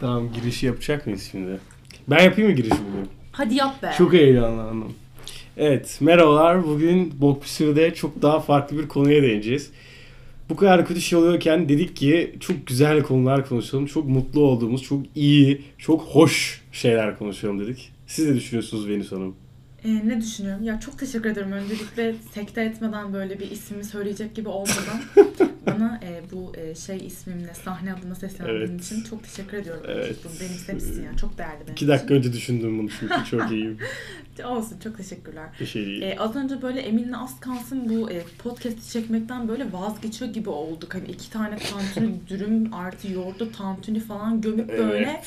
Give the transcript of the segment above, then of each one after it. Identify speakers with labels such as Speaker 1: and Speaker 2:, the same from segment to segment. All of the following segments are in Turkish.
Speaker 1: Tamam girişi yapacak mıyız şimdi? Ben yapayım mı girişi bugün?
Speaker 2: Hadi yap be.
Speaker 1: Çok heyecanlandım. Evet merhabalar. Bugün Bok Püsür'de çok daha farklı bir konuya değineceğiz. Bu kadar kötü şey oluyorken dedik ki çok güzel konular konuşalım. Çok mutlu olduğumuz, çok iyi, çok hoş şeyler konuşalım dedik. Siz ne düşünüyorsunuz Venüs Hanım?
Speaker 2: Ee, ne düşünüyorum? Ya çok teşekkür ederim öncelikle sekte etmeden böyle bir ismimi söyleyecek gibi olmadan bana e, bu e, şey ismimle sahne adına seslendiğin
Speaker 1: Evet.
Speaker 2: için çok teşekkür ediyorum.
Speaker 1: Evet.
Speaker 2: Bunu benimsemişsin yani çok değerli benim
Speaker 1: İki dakika önce düşündüm bunu çünkü çok iyi
Speaker 2: için. Olsun çok teşekkürler.
Speaker 1: bir şey değil.
Speaker 2: E, az önce böyle Emin'le az kalsın bu e, podcast'i çekmekten böyle vazgeçiyor gibi olduk. Hani iki tane tantuni dürüm artı yoğurdu tantuni falan gömüp böyle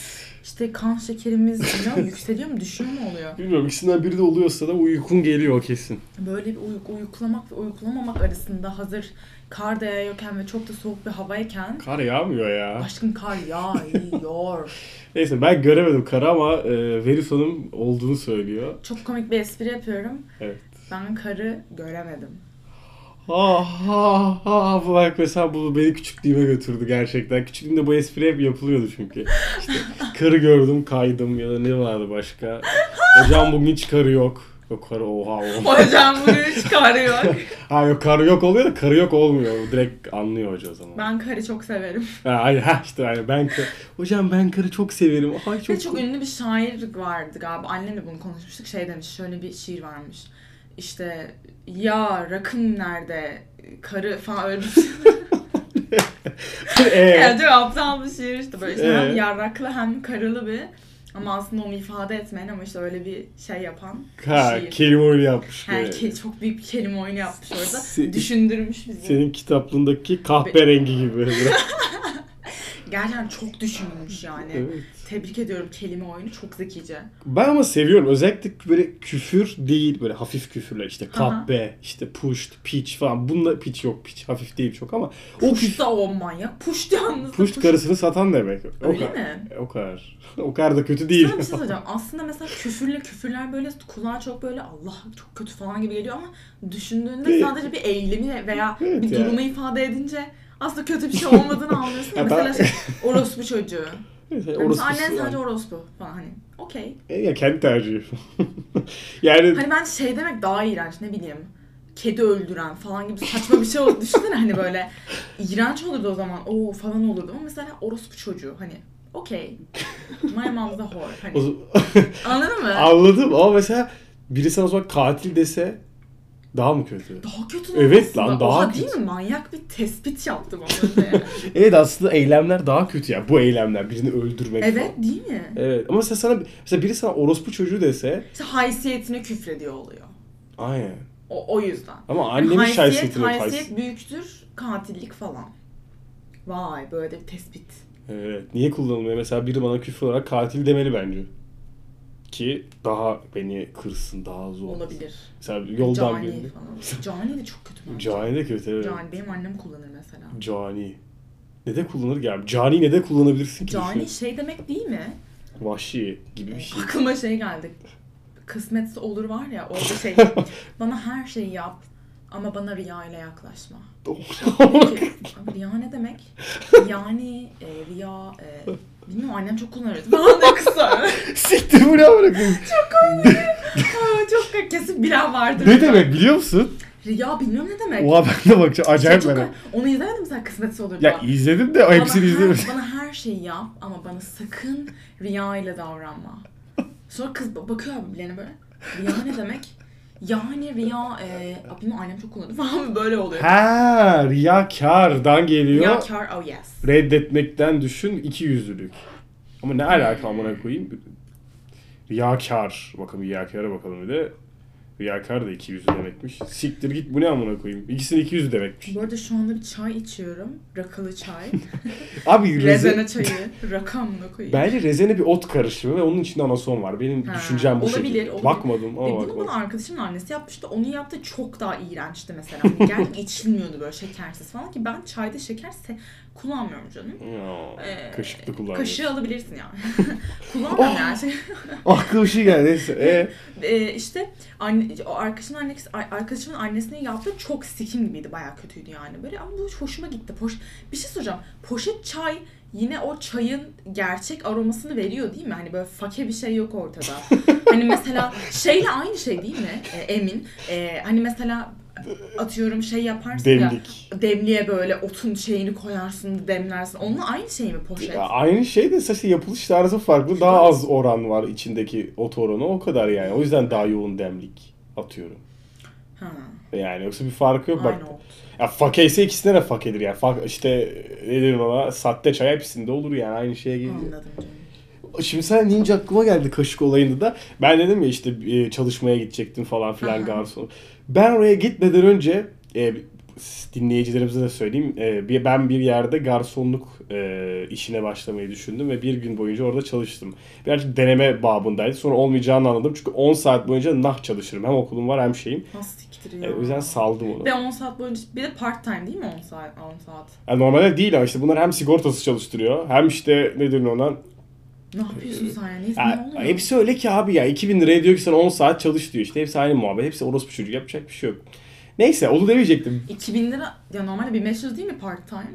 Speaker 2: işte kan şekerimiz bilmiyorum, yükseliyor mu düşüyor mu oluyor?
Speaker 1: Bilmiyorum ikisinden biri de oluyorsa da uykun geliyor kesin.
Speaker 2: Böyle bir uy- uyuklamak ve uyuklamamak arasında hazır kar da yağıyorken ve çok da soğuk bir havayken
Speaker 1: Kar yağmıyor ya.
Speaker 2: aşkım kar yağıyor.
Speaker 1: Neyse ben göremedim karı ama e, Venüs Hanım olduğunu söylüyor.
Speaker 2: çok komik bir espri yapıyorum.
Speaker 1: Evet.
Speaker 2: Ben karı göremedim.
Speaker 1: Ha ha ha bu bak mesela bu beni küçüklüğüme götürdü gerçekten. Küçüklüğümde bu espri hep yapılıyordu çünkü. İşte karı gördüm kaydım ya da ne vardı başka. Hocam bugün hiç karı yok. Yok karı oha oha.
Speaker 2: Hocam bugün hiç kar yok.
Speaker 1: Ha yok karı yok oluyor da karı yok olmuyor. Direkt anlıyor hoca o zaman.
Speaker 2: Ben karı çok severim.
Speaker 1: Ha, hayır, ha işte aynen. ben karı. Hocam ben karı çok severim. Ay
Speaker 2: Ve
Speaker 1: çok,
Speaker 2: çok ünlü bir şair vardı galiba. Annemle bunu konuşmuştuk. Şey demiş, şöyle bir şiir varmış. İşte ya rakın nerede? Karı falan öyle bir şey.
Speaker 1: Ee,
Speaker 2: Yani çok aptal bir şiir işte böyle. işte
Speaker 1: Ee?
Speaker 2: Hem yarraklı hem karılı bir. Ama aslında onu ifade etmeyen ama işte öyle bir şey yapan bir
Speaker 1: ha,
Speaker 2: şiir.
Speaker 1: kelime oyunu yapmış.
Speaker 2: Yani
Speaker 1: böyle.
Speaker 2: ke- çok büyük bir kelime oyunu yapmış orada.
Speaker 1: Se-
Speaker 2: Düşündürmüş bizi.
Speaker 1: Senin kitaplığındaki kahverengi gibi.
Speaker 2: Gerçekten çok düşünmüş yani.
Speaker 1: Evet.
Speaker 2: Tebrik ediyorum kelime oyunu. Çok zekice.
Speaker 1: Ben ama seviyorum. Özellikle böyle küfür değil böyle hafif küfürler işte
Speaker 2: Aha.
Speaker 1: kahpe, işte pushed, pitch falan. Bunlar pitch yok, pitch hafif değil çok ama o
Speaker 2: Puş
Speaker 1: küfür
Speaker 2: da o manyak. Puş yalnız. da
Speaker 1: pushed
Speaker 2: puş-
Speaker 1: karısını satan demek. O
Speaker 2: Öyle
Speaker 1: kadar.
Speaker 2: mi?
Speaker 1: O kadar. o kadar da kötü değil.
Speaker 2: Sana bir şey söyleyeceğim. Aslında mesela küfürle küfürler böyle kulağa çok böyle Allah çok kötü falan gibi geliyor ama düşündüğünde
Speaker 1: Evet.
Speaker 2: sadece bir eylemi veya
Speaker 1: Evet
Speaker 2: bir
Speaker 1: yani.
Speaker 2: durumu ifade edince aslında kötü bir şey olmadığını anlıyorsun. ya.
Speaker 1: Ya ben-
Speaker 2: mesela şey, orospu çocuğu.
Speaker 1: Neyse,
Speaker 2: Yani
Speaker 1: orası
Speaker 2: mesela Hani annen
Speaker 1: yani.
Speaker 2: sadece orospu falan hani. Okey.
Speaker 1: E, ya kendi tercihi. yani
Speaker 2: Hani ben şey demek daha iğrenç ne bileyim. Kedi öldüren falan gibi saçma bir şey oldu. Düşünsene hani böyle iğrenç olurdu o zaman. Oo falan olurdu ama mesela orospu çocuğu hani okey. My mom's a whore.
Speaker 1: o
Speaker 2: Hani,
Speaker 1: z-
Speaker 2: anladın mı?
Speaker 1: anladım ama mesela biri sana o zaman katil dese daha mı kötü?
Speaker 2: Daha kötü
Speaker 1: Evet
Speaker 2: olması
Speaker 1: lan,
Speaker 2: da-
Speaker 1: daha
Speaker 2: Oha,
Speaker 1: kötü.
Speaker 2: değil mi? Manyak bir tespit yaptım ama önce.
Speaker 1: Evet aslında eylemler daha kötü ya. Bu eylemler birini öldürmek
Speaker 2: evet
Speaker 1: falan.
Speaker 2: değil mi?
Speaker 1: Evet ama mesela sana mesela biri sana orospu çocuğu dese
Speaker 2: İşte haysiyetine küfrediyor oluyor.
Speaker 1: aynen.
Speaker 2: O, o yüzden.
Speaker 1: Ama annemin
Speaker 2: E, haysiyet,
Speaker 1: şahsiyetine
Speaker 2: haysiyet büyüktür katillik falan. Vay böyle de bir tespit.
Speaker 1: Evet. Niye kullanılmıyor? Mesela biri bana küfür olarak katil demeli bence. Ki daha beni kırsın, daha zor.
Speaker 2: Olabilir.
Speaker 1: Mesela yoldan
Speaker 2: Cani
Speaker 1: birini.
Speaker 2: falan. Cani de çok kötü. bence.
Speaker 1: Cani de kötü evet. Cani.
Speaker 2: Cani benim annem kullanır mesela.
Speaker 1: Ne de kullanır ki abi? Cani ne de kullanabilirsin ki?
Speaker 2: Cani
Speaker 1: düşün.
Speaker 2: şey demek değil mi?
Speaker 1: Vahşi gibi bir şey.
Speaker 2: Aklıma şey geldi. Kısmetse olur var ya orada şey. bana her şeyi yap ama bana riya ile yaklaşma. Peki, abi riya ne demek? Yani e, riya e, bilmiyorum annem çok kullanırdı. Bana ne kısa.
Speaker 1: Siktir bu ne amına koyayım?
Speaker 2: Aa, çok kesin bilen vardır.
Speaker 1: Ne demek biliyor musun?
Speaker 2: Riya bilmiyorum ne demek.
Speaker 1: Oha ben de bakacağım.
Speaker 2: Şey,
Speaker 1: Acayip
Speaker 2: çok-
Speaker 1: merak.
Speaker 2: onu izlemedin mi sen kısmetse olur
Speaker 1: Ya izledim de hepsini
Speaker 2: bana,
Speaker 1: izlemedim.
Speaker 2: Her, bana her şeyi yap ama bana sakın riya ile davranma. Sonra kız ba- bakıyor abi bileğine böyle. Riya ne demek? Yani riya, e, abim annem çok kullandı falan böyle oluyor.
Speaker 1: Ha, riyakardan geliyor.
Speaker 2: Riyakar, oh yes.
Speaker 1: reddetmekten düşün iki yüzlülük. Ama ne alaka
Speaker 2: Hmm.
Speaker 1: amına koyayım? Riyakar. Bakın riyakara bakalım bir de. Riyakar da iki yüzlü demekmiş. Siktir git bu ne amına koyayım? İkisinin iki yüzlü demekmiş.
Speaker 2: Bu arada şu anda bir çay içiyorum. Rakalı çay.
Speaker 1: Abi
Speaker 2: Rezene
Speaker 1: rezene...
Speaker 2: çayı. Rakamla koyayım.
Speaker 1: Bence rezene bir ot karışımı ve onun içinde anason var. Benim
Speaker 2: Ha,
Speaker 1: düşüncem bu
Speaker 2: olabilir,
Speaker 1: şekilde.
Speaker 2: olabilir.
Speaker 1: Bakmadım
Speaker 2: Ve
Speaker 1: ama
Speaker 2: E, bunu bana
Speaker 1: bakmadım.
Speaker 2: arkadaşımın annesi yapmıştı. Onu yaptı çok daha iğrençti mesela. Hani Gerçi içilmiyordu böyle şekersiz falan ki ben çayda şeker se- kullanmıyorum canım.
Speaker 1: Ya,
Speaker 2: Ee,
Speaker 1: kaşıklı kullandım.
Speaker 2: Kaşığı alabilirsin yani. Kullanmıyorum yani. Şey,
Speaker 1: Aklıma bir şey geldi. Neyse. Ee,
Speaker 2: Ee, işte anne, o arkadaşımın, annesi, arkadaşımın annesinin yaptığı çok sikim gibiydi. Bayağı kötüydü yani böyle. Ama bu hoşuma gitti. Poş, bir şey soracağım. Poşet çay yine o çayın gerçek aromasını veriyor değil mi? Hani böyle fake bir şey yok ortada. hani mesela şeyle aynı şey değil mi E, Emin? E, hani mesela atıyorum şey yaparsın
Speaker 1: Demlik.
Speaker 2: ya demliğe böyle otun şeyini koyarsın demlersin. Onunla aynı şey mi poşet?
Speaker 1: Ya aynı şey de saçta yapılış tarzı farklı. Daha az oran var içindeki ot oranı o kadar yani. O yüzden daha yoğun demlik atıyorum.
Speaker 2: Ha.
Speaker 1: Yani yoksa bir farkı yok. Bak
Speaker 2: Aynı oldu.
Speaker 1: Ya fake ise ikisine de fakedir yani. Fak, işte ne denir ona? Sahte çay hepsinde olur yani aynı şeye geliyor.
Speaker 2: Anladım canım.
Speaker 1: Şimdi sen deyince aklıma geldi kaşık olayında da. Ben dedim ya işte e, çalışmaya gidecektim falan filan
Speaker 2: Aha.
Speaker 1: garson. Ben oraya gitmeden önce e, dinleyicilerimize de söyleyeyim. E, bir, ben bir yerde garsonluk e, işine başlamayı düşündüm ve bir gün boyunca orada çalıştım. Birazcık deneme babındaydı. Sonra olmayacağını anladım. Çünkü 10 saat boyunca nah çalışırım. Hem okulum var hem şeyim.
Speaker 2: Nasıl siktir ya?
Speaker 1: E, o yüzden saldım onu.
Speaker 2: Ve 10 saat boyunca bir de part time değil mi 10 saat? 10 saat.
Speaker 1: Yani E, normalde değil ama işte bunlar hem sigortası çalıştırıyor hem işte ne denir ona.
Speaker 2: Ne yapıyorsun sen ya? Neyse ne
Speaker 1: Ya,
Speaker 2: oluyor?
Speaker 1: Ee, hepsi öyle ki abi ya 2000 liraya diyor ki sen 10 saat çalış diyor işte hepsi aynı muhabbet hepsi orospu çocuk yapacak bir şey yok. Neyse onu demeyecektim.
Speaker 2: 2000 lira ya normalde 1500 değil mi part time?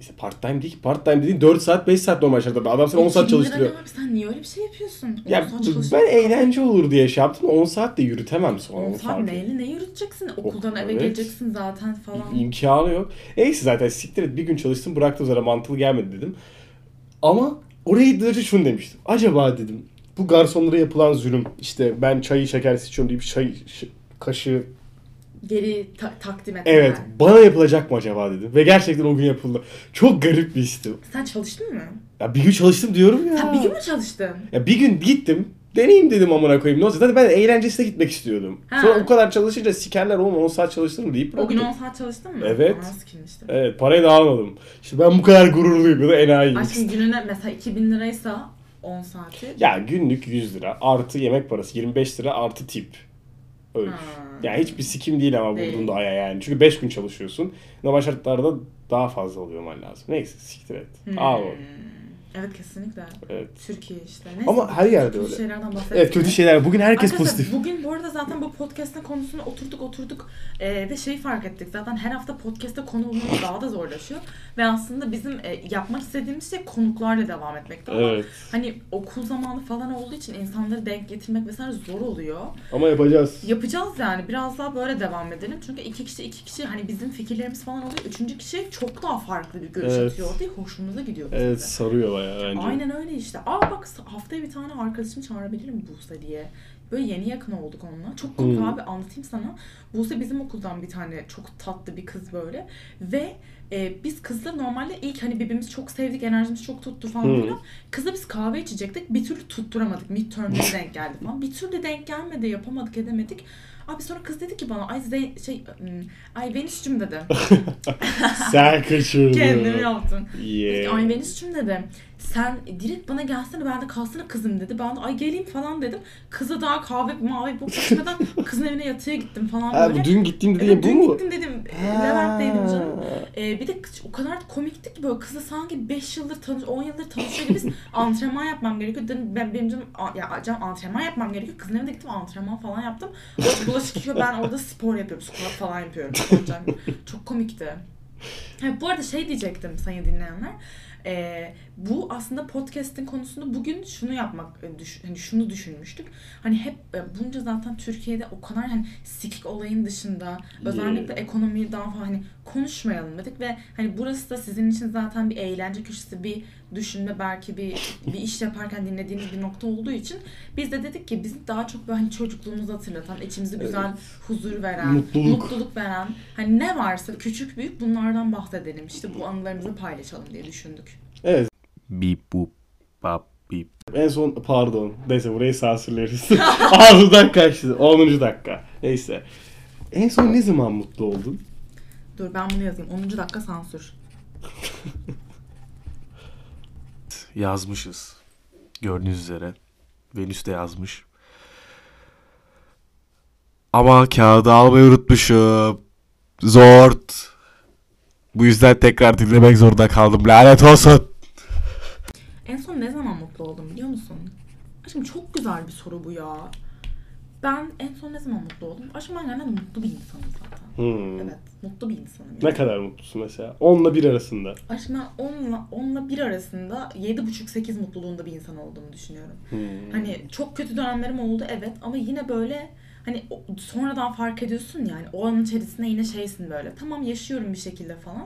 Speaker 1: İşte part time değil ki part time dediğin 4 saat 5 saat normal şartlarda adam seni 10 saat
Speaker 2: 2000 lira
Speaker 1: çalıştırıyor.
Speaker 2: ne abi sen niye öyle bir şey yapıyorsun? 10
Speaker 1: Ya
Speaker 2: saat çalıştın.
Speaker 1: ben eğlence olur diye şey yaptım 10 saat de yürütemem sonra.
Speaker 2: 10
Speaker 1: onun
Speaker 2: saat
Speaker 1: farkı.
Speaker 2: neyle ne yürüteceksin? Okuldan eve
Speaker 1: Oh, evet.
Speaker 2: geleceksin zaten falan.
Speaker 1: İmkanı yok. Neyse zaten siktir et bir gün çalıştım bıraktım zaten mantıklı gelmedi dedim. Ama oraya gidince şunu demiştim. Acaba dedim bu garsonlara yapılan zulüm işte ben çayı şekersiz içiyorum diye bir çay ş- kaşığı
Speaker 2: Geri ta- takdim etmeler.
Speaker 1: evet bana yapılacak mı acaba dedim. Ve gerçekten o gün yapıldı. Çok garip bir histi.
Speaker 2: Sen çalıştın mı?
Speaker 1: Ya bir gün çalıştım diyorum ya.
Speaker 2: Sen bir gün mü çalıştın?
Speaker 1: Ya bir gün gittim. Deneyim dedim amına koyayım. Ne olacak? Zaten ben eğlencesine gitmek istiyordum.
Speaker 2: Ha.
Speaker 1: Sonra o kadar çalışınca sikerler oğlum 10 saat çalıştırırım deyip
Speaker 2: O gün
Speaker 1: bıraktım.
Speaker 2: 10 saat çalıştın mı?
Speaker 1: Evet.
Speaker 2: Aa, sikilmiştim.
Speaker 1: Evet parayı da almadım. İşte ben bu kadar gururluyum ya da enayiyim.
Speaker 2: Aşkım gününe mesela 2000 liraysa 10 saati.
Speaker 1: Ya günlük 100 lira artı yemek parası 25 lira artı tip. Öyle.
Speaker 2: Ha.
Speaker 1: Ya hiçbir sikim değil ama
Speaker 2: Değil.
Speaker 1: vurduğunda aya yani. Çünkü 5 gün çalışıyorsun. Normal şartlarda daha fazla oluyor man lazım. Neyse siktir et.
Speaker 2: Hmm.
Speaker 1: Al.
Speaker 2: Evet kesinlikle.
Speaker 1: Evet.
Speaker 2: Türkiye işte. Neyse,
Speaker 1: Ama her yerde
Speaker 2: kötü
Speaker 1: öyle.
Speaker 2: şeylerden bahsettik.
Speaker 1: Evet kötü şeyler. Bugün herkes
Speaker 2: Arkadaşlar
Speaker 1: pozitif.
Speaker 2: bugün bu arada zaten bu podcast'ın konusunu oturduk oturduk Ee, ve şeyi fark ettik. Zaten her hafta podcast'te konu bulmamız daha da zorlaşıyor. Ve aslında bizim e, yapmak istediğimiz şey konuklarla devam etmekti. Ama
Speaker 1: Evet.
Speaker 2: hani okul zamanı falan olduğu için insanları denk getirmek vesaire zor oluyor.
Speaker 1: Ama yapacağız.
Speaker 2: Yapacağız yani biraz daha böyle devam edelim. Çünkü iki kişi iki kişi hani bizim fikirlerimiz falan oluyor. Üçüncü kişi çok daha farklı bir görüş
Speaker 1: Evet.
Speaker 2: atıyor diye hoşumuza gidiyor. bizim
Speaker 1: Evet
Speaker 2: de.
Speaker 1: sarıyor bayağı bence.
Speaker 2: Aynen öyle işte. Aa bak haftaya bir tane arkadaşımı çağırabilirim Buse diye. Böyle yeni yakın olduk onunla. Çok komik
Speaker 1: Hmm.
Speaker 2: abi anlatayım sana. Buse bizim okuldan bir tane çok tatlı bir kız böyle. Ve e, biz kızla normalde ilk hani birbirimizi çok sevdik, enerjimiz çok tuttu falan
Speaker 1: Hmm.
Speaker 2: filan. Kızla biz kahve içecektik. Bir türlü tutturamadık. Midterm'e denk geldi falan. Bir türlü denk gelmedi, yapamadık, edemedik. Abi sonra kız dedi ki bana ay Zey- şey ım, ay Venüs'cüm dedi.
Speaker 1: Sen kaçırdın.
Speaker 2: Kendimi yaptım. Dedi ki,
Speaker 1: Yeah.
Speaker 2: Ay Venüs'cüm dedim. Sen direkt bana gelsene ben de kalsana kızım dedi. Ben de ay geleyim falan dedim. Kıza daha kahve mavi bu içmeden kızın evine yatıya gittim falan
Speaker 1: Ha,
Speaker 2: böyle.
Speaker 1: bu dün gittiğim dediğin
Speaker 2: Evet,
Speaker 1: bu
Speaker 2: dün
Speaker 1: mu?
Speaker 2: gittim dedim. E,
Speaker 1: Ha.
Speaker 2: Levent'teydim canım. E, bir de kız o kadar komikti ki böyle kızla sanki 5 yıldır tanış 10 yıldır tanışıyor gibiyiz. antrenman yapmam gerekiyor. Dedim ben benim canım a- ya canım antrenman yapmam gerekiyor. Kızın evine gittim antrenman falan yaptım. O bulaşık yıkıyor ben orada spor yapıyorum. Squat falan yapıyorum. Çok komikti. Ha, bu arada şey diyecektim sayın dinleyenler. Ee, bu aslında podcast'in konusunda bugün şunu yapmak e, düş- hani şunu düşünmüştük. Hani hep e, bunca zaten Türkiye'de o kadar hani sikik olayın dışında özellikle ekonomiyi daha fazla hani konuşmayalım dedik ve hani burası da sizin için zaten bir eğlence köşesi, bir düşünme belki bir bir iş yaparken dinlediğiniz bir nokta olduğu için biz de dedik ki bizi daha çok böyle hani çocukluğumuzu hatırlatan, içimizi güzel huzur veren,
Speaker 1: Mutluluk.
Speaker 2: mutluluk veren hani ne varsa küçük büyük bunlardan bahsedelim işte bu anılarımızı paylaşalım diye düşündük.
Speaker 1: Evet.
Speaker 3: Beep boop bop beep.
Speaker 1: En son pardon. Neyse burayı sansürleriz. Ağzımdan kaçtı. 10. dakika. Neyse. En son ne zaman mutlu oldun?
Speaker 2: Dur ben bunu yazayım. 10. dakika sansür.
Speaker 3: Yazmışız. Gördüğünüz üzere. Venüs de yazmış. Ama kağıdı almayı unutmuşum. Zort. Bu yüzden tekrar dinlemek zorunda kaldım. Lanet olsun.
Speaker 2: En son ne zaman mutlu oldum biliyor musun? Aşkım çok güzel bir soru bu ya. Ben en son ne zaman mutlu oldum? Aşkım ben genelde mutlu bir insanım zaten.
Speaker 1: Hmm.
Speaker 2: Evet. Mutlu bir insanım. yani.
Speaker 1: Ne kadar mutlusun mesela? 10'la 1 arasında.
Speaker 2: Aşkım ben 10'la 10'la 1 arasında 7,5-8 mutluluğunda bir insan olduğumu düşünüyorum.
Speaker 1: Hmm.
Speaker 2: Hani çok kötü dönemlerim oldu evet ama yine böyle hani o- sonradan fark ediyorsun yani o an içerisinde yine şeysin böyle tamam yaşıyorum bir şekilde falan.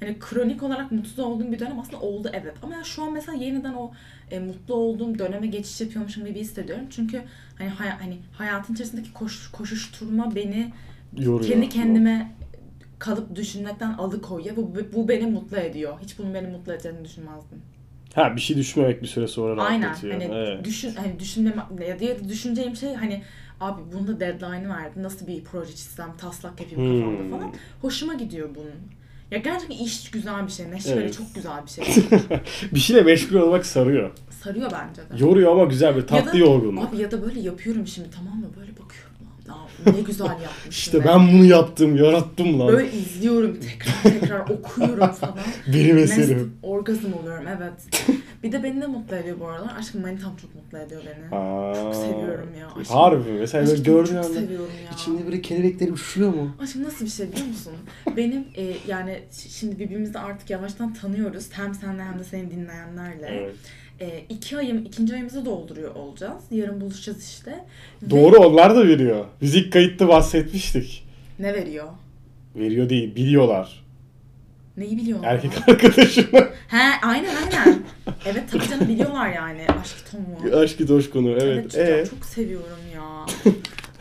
Speaker 2: Hani kronik olarak mutsuz olduğum bir dönem aslında oldu evet ama ya şu an mesela yeniden o e, mutlu olduğum döneme geçiş yapıyormuşum gibi hissediyorum. Çünkü hani, hay- hani hayatın içerisindeki koş- koşuşturma beni
Speaker 1: Yoruyor.
Speaker 2: kendi kendime kalıp düşünmekten alıkoyuyor. Bu, bu beni mutlu ediyor. Hiç bunun beni mutlu edeceğini düşünmezdim.
Speaker 1: Ha bir şey düşünmemek bir süre sonra
Speaker 2: Aynen.
Speaker 1: rahatlatıyor.
Speaker 2: Hani
Speaker 1: Evet.
Speaker 2: düşün hani düşünmeme ya da ya da düşüneceğim şey hani abi bunda deadline'ı verdi. Nasıl bir proje çizsem taslak yapayım
Speaker 1: Hmm.
Speaker 2: kafamda falan. Hoşuma gidiyor bunun. Ya gerçekten iş güzel bir şey. Neşe böyle
Speaker 1: Evet.
Speaker 2: çok güzel bir şey.
Speaker 1: bir şeyle meşgul olmak sarıyor.
Speaker 2: Sarıyor bence de.
Speaker 1: Yoruyor ama güzel bir tatlı
Speaker 2: ya da,
Speaker 1: yorgunluk.
Speaker 2: Abi ya da böyle yapıyorum şimdi tamam mı? Böyle bakıyorum. Lan, ne güzel yapmışım.
Speaker 1: İşte
Speaker 2: be.
Speaker 1: ben bunu yaptım, yarattım lan.
Speaker 2: Böyle izliyorum tekrar tekrar okuyorum falan.
Speaker 1: Benim
Speaker 2: Mes-
Speaker 1: eserim.
Speaker 2: orgazm oluyorum evet. bir de beni de mutlu ediyor bu aralar. Aşkım manitam çok mutlu ediyor beni.
Speaker 1: Aa,
Speaker 2: Çok seviyorum ya. Aşkım,
Speaker 1: Harbi mi? Mesela böyle
Speaker 2: aşkım
Speaker 1: gördüğün
Speaker 2: çok
Speaker 1: anda
Speaker 2: seviyorum ya.
Speaker 1: içinde böyle kelebekler uçuyor mu?
Speaker 2: Aşkım nasıl bir şey biliyor musun? Benim e, yani ş- şimdi birbirimizi de artık yavaştan tanıyoruz. Hem senle hem de seni dinleyenlerle.
Speaker 1: Evet.
Speaker 2: E, iki ayım, ikinci ayımızı dolduruyor olacağız. Yarın buluşacağız işte. Ve
Speaker 1: Doğru onlar da veriyor. Müzik kayıtta bahsetmiştik.
Speaker 2: ne veriyor?
Speaker 1: Veriyor değil, biliyorlar.
Speaker 2: Neyi biliyor onlar?
Speaker 1: Erkek arkadaşına.
Speaker 2: He aynen aynen. evet tabii canım biliyorlar yani. Aşk tomu.
Speaker 1: Aşkı doş konu. Evet. Ee?
Speaker 2: Evet,
Speaker 1: Evet,
Speaker 2: ya çok seviyorum ya.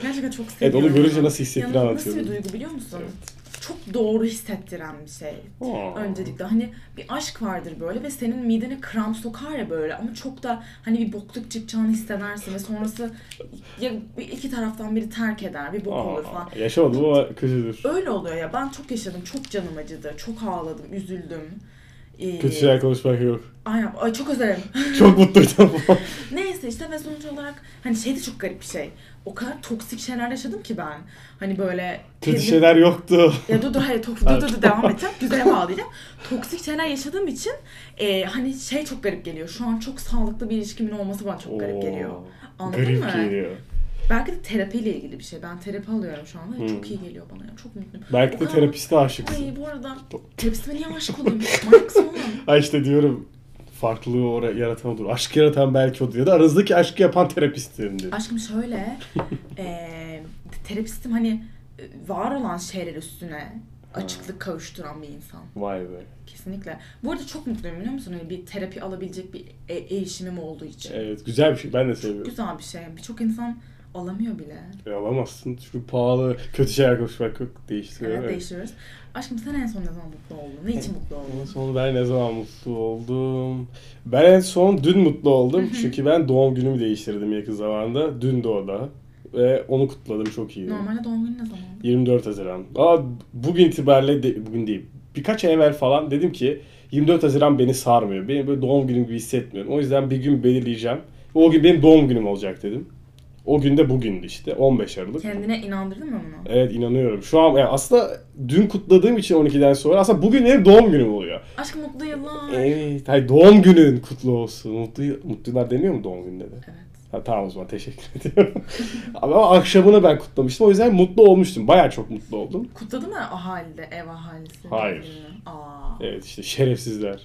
Speaker 2: Gerçekten çok
Speaker 1: evet
Speaker 2: seviyorum.
Speaker 1: onu görünce
Speaker 2: Ya
Speaker 1: nasıl hissettiğini
Speaker 2: Nasıl bir
Speaker 1: anlatıyordun.
Speaker 2: duygu biliyor musun?
Speaker 1: Evet.
Speaker 2: Çok doğru hissettiren bir şey.
Speaker 1: Aa.
Speaker 2: Öncelikle hani bir aşk vardır böyle ve senin midene kramp sokar ya böyle ama çok da hani bir bokluk çıkacağını hissedersin ve sonrası ya bir- iki taraftan biri terk eder bir bok olur falan.
Speaker 1: Aa, yaşamadım ama kötüdür.
Speaker 2: Öyle oluyor ya ben çok yaşadım çok canım acıdı çok ağladım üzüldüm. Ee,
Speaker 1: Kötü şey- şeyler konuşmak yok.
Speaker 2: Aynen ay çok özelim.
Speaker 1: Çok mutluydum.
Speaker 2: Neyse işte ve sonuç olarak hani şey de çok garip bir şey. O kadar toksik şeyler yaşadım ki ben. Hani böyle
Speaker 1: Kötü
Speaker 2: kendim-
Speaker 1: şeyler yoktu.
Speaker 2: Ya dur dur hayır tok, dur dur dur, devam edeceğim. Güzel bağlayacağım. Toksik şeyler yaşadığım için e, hani şey çok garip geliyor. Şu an çok sağlıklı bir ilişkimin olması bana çok garip geliyor.
Speaker 1: Oo,
Speaker 2: Anladın
Speaker 1: Garip
Speaker 2: mı?
Speaker 1: geliyor.
Speaker 2: Belki de terapiyle ilgili bir şey. Ben terapi alıyorum şu anda.
Speaker 1: Hmm.
Speaker 2: Çok iyi geliyor bana ya. Çok mutluyum.
Speaker 1: Belki de
Speaker 2: Oha.
Speaker 1: terapiste aşıksın.
Speaker 2: Ay bu arada terapistime niye aşık oluyorum? Manyak mısın oğlum?
Speaker 1: Ha işte diyorum farklılığı oraya yaratan odur. Aşkı yaratan belki odur. Ya da aranızdaki aşkı yapan terapistlerimdir.
Speaker 2: Aşkım şöyle, eee, terapistim hani e, var olan şeyler üstüne açıklık kavuşturan bir insan.
Speaker 1: Vay be.
Speaker 2: Kesinlikle. Bu arada çok mutluyum biliyor musun? Hani bir terapi alabilecek bir e- erişimim olduğu için.
Speaker 1: Evet güzel bir şey. Ben de seviyorum.
Speaker 2: Güzel bir şey. Birçok insan alamıyor bile.
Speaker 1: E, alamazsın çünkü pahalı. Kötü şeyler konuşmak yok. Değiştiriyor.
Speaker 2: Evet,
Speaker 1: Evet,
Speaker 2: değiştiriyoruz. Aşkım sen en son ne zaman mutlu oldun? Ne için mutlu
Speaker 1: En
Speaker 2: oldun?
Speaker 1: son ben ne zaman mutlu oldum? Ben en son dün mutlu oldum. çünkü ben doğum günümü değiştirdim yakın zamanda. Dün de o da. Ve onu kutladım çok iyi.
Speaker 2: Normalde doğum günü ne zaman?
Speaker 1: 24 Haziran. Aa, bugün itibariyle de, bugün değil. Birkaç ay evvel falan dedim ki 24 Haziran beni sarmıyor. Beni böyle doğum günüm gibi hissetmiyorum. O yüzden bir gün belirleyeceğim. Ve o gün benim doğum günüm olacak dedim. O gün de bugündü işte 15 Aralık.
Speaker 2: Kendine inandırdın mı bunu?
Speaker 1: Evet inanıyorum. Şu an yani aslında dün kutladığım için 12'den sonra aslında bugün benim doğum günüm oluyor.
Speaker 2: Aşkım mutlu yıllar.
Speaker 1: Evet. Hayır, doğum günün kutlu olsun. Mutlu, mutlular deniyor mu doğum gününde de?
Speaker 2: Evet.
Speaker 1: Ha, tamam o zaman teşekkür ediyorum. Ama akşamını ben kutlamıştım. O yüzden mutlu olmuştum. Bayağı çok mutlu oldum.
Speaker 2: Kutladı mı ahalide, ev ahalisi?
Speaker 1: Hayır.
Speaker 2: birbirini? Aa,
Speaker 1: Evet işte şerefsizler.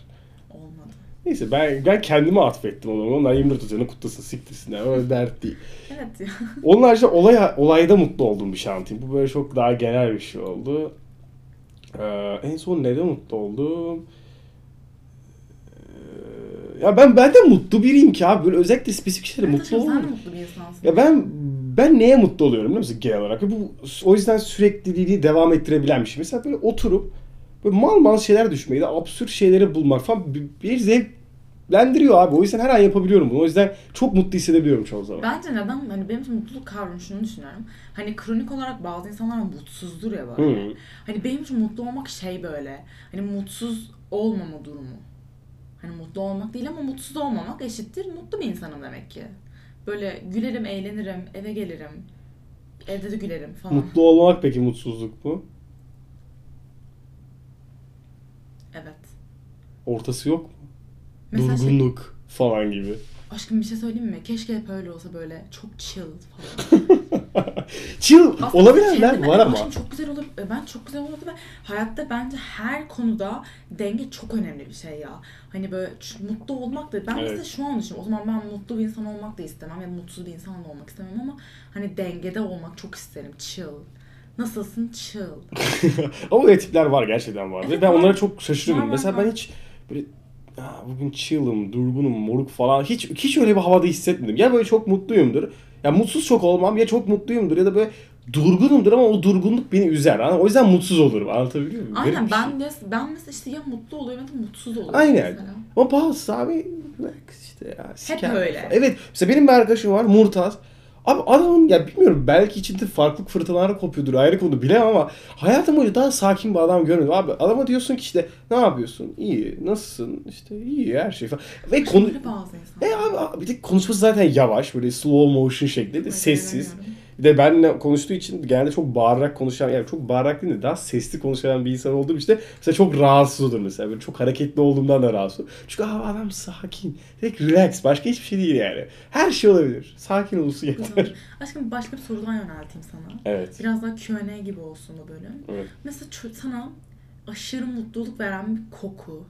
Speaker 2: olmadı.
Speaker 1: Neyse ben ben kendime affettim onu. Onlar 24 Haziran'ı kutlasın siktirsinler. Öyle dert değil.
Speaker 2: Evet ya.
Speaker 1: Onun haricinde olay, olayda mutlu olduğum bir şey anlatayım. Bu böyle çok daha genel bir şey oldu. Ee, en son neden mutlu oldum? Ee, ya ben ben de mutlu biriyim ki abi. Böyle özellikle spesifik şeylere
Speaker 2: Evet
Speaker 1: mutlu
Speaker 2: aşkım sen de
Speaker 1: olmuyorum.
Speaker 2: mutlu bir insansın.
Speaker 1: Ya ben ben neye mutlu oluyorum biliyor musun genel olarak? Bu o yüzden sürekliliği devam ettirebilen bir şey. Mesela böyle oturup böyle mal mal şeyler düşmeyi de absürt şeyleri bulmak falan bir, bir zevklendiriyor abi. O yüzden her an yapabiliyorum bunu. O yüzden çok mutlu hissedebiliyorum çoğu zaman.
Speaker 2: Bence neden hani benim için mutluluk kavramı şunu düşünüyorum. Hani kronik olarak bazı insanlar mutsuzdur ya böyle.
Speaker 1: Hı.
Speaker 2: Hani benim için mutlu olmak şey böyle. Hani mutsuz olmama durumu. Hani mutlu olmak değil ama mutsuz olmamak eşittir mutlu bir insanım demek ki. Böyle gülerim, eğlenirim, eve gelirim. Evde de gülerim falan.
Speaker 1: Mutlu olmak peki mutsuzluk mu?
Speaker 2: Evet.
Speaker 1: Ortası yok mu?
Speaker 2: Mesela şey-
Speaker 1: Durgunluk falan gibi.
Speaker 2: aşkım bir şey söyleyeyim mi? Keşke hep öyle olsa böyle çok chill falan.
Speaker 1: Chill
Speaker 2: Aslında
Speaker 1: olabilenler
Speaker 2: kendime
Speaker 1: var
Speaker 2: en
Speaker 1: ama.
Speaker 2: başım Çok güzel olabilir. e, Ben çok güzel olabilir ve hayatta bence her konuda denge çok önemli bir şey ya. Hani böyle ç- mutlu olmak da ben
Speaker 1: Evet.
Speaker 2: mesela şu an düşünüyorum. O zaman ben mutlu bir insan olmak da istemem ya mutsuz bir insan da olmak istemem ama hani dengede olmak çok isterim. Chill. Nasılsın? Chill.
Speaker 1: Ama öyle tipler var gerçekten var. Ve
Speaker 2: Evet,
Speaker 1: ben
Speaker 2: var.
Speaker 1: onlara çok şaşırıyorum.
Speaker 2: Var, var,
Speaker 1: Mesela
Speaker 2: var.
Speaker 1: ben hiç böyle "Aa, bugün chill'ım, durgunum, moruk falan hiç hiç öyle bir havada hissetmedim. Ya böyle çok mutluyumdur. Ya mutsuz çok olmam ya çok mutluyumdur ya da böyle durgunumdur ama o durgunluk beni üzer. Anladın mı? O yüzden mutsuz olurum. Anlatabiliyor muyum? Garip
Speaker 2: Aynen
Speaker 1: bir şey.
Speaker 2: ben de, ben mesela işte ya mutlu oluyorum ya da mutsuz oluyorum
Speaker 1: Aynen.
Speaker 2: mesela.
Speaker 1: Ama bazısı abi relax işte ya. siker.
Speaker 2: öyle.
Speaker 1: Evet. Mesela benim bir arkadaşım var Murtaz. Abi adamın ya bilmiyorum belki içinde farklı fırtınalar kopuyordur ayrı konu bilemem ama hayatım boyunca daha sakin bir adam görmedim. Abi adama diyorsun ki işte ne yapıyorsun? İyi. Nasılsın? İşte iyi her şey falan. Ve konu...
Speaker 2: Öyle bazı insanlar.
Speaker 1: E abi, abi bir de konuşması zaten yavaş böyle slow motion şeklinde
Speaker 2: Ay,
Speaker 1: sessiz.
Speaker 2: dayanamıyorum.
Speaker 1: Bir de benle konuştuğu için genelde çok bağırarak konuşan yani çok bağırarak değil de daha sesli konuşan bir insan olduğum işte mesela çok rahatsız olur mesela. Böyle çok hareketli olduğumdan da rahatsız olur. Çünkü "Aa, adam sakin. Tek relax. Başka hiçbir şey değil yani. Her şey olabilir. Sakin olursun yeter.
Speaker 2: Güzel. Aşkım başka bir sorudan yönelteyim sana.
Speaker 1: evet.
Speaker 2: Biraz daha Q&A gibi olsun bu bölüm.
Speaker 1: Evet.
Speaker 2: Mesela çö- sana aşırı mutluluk veren bir koku.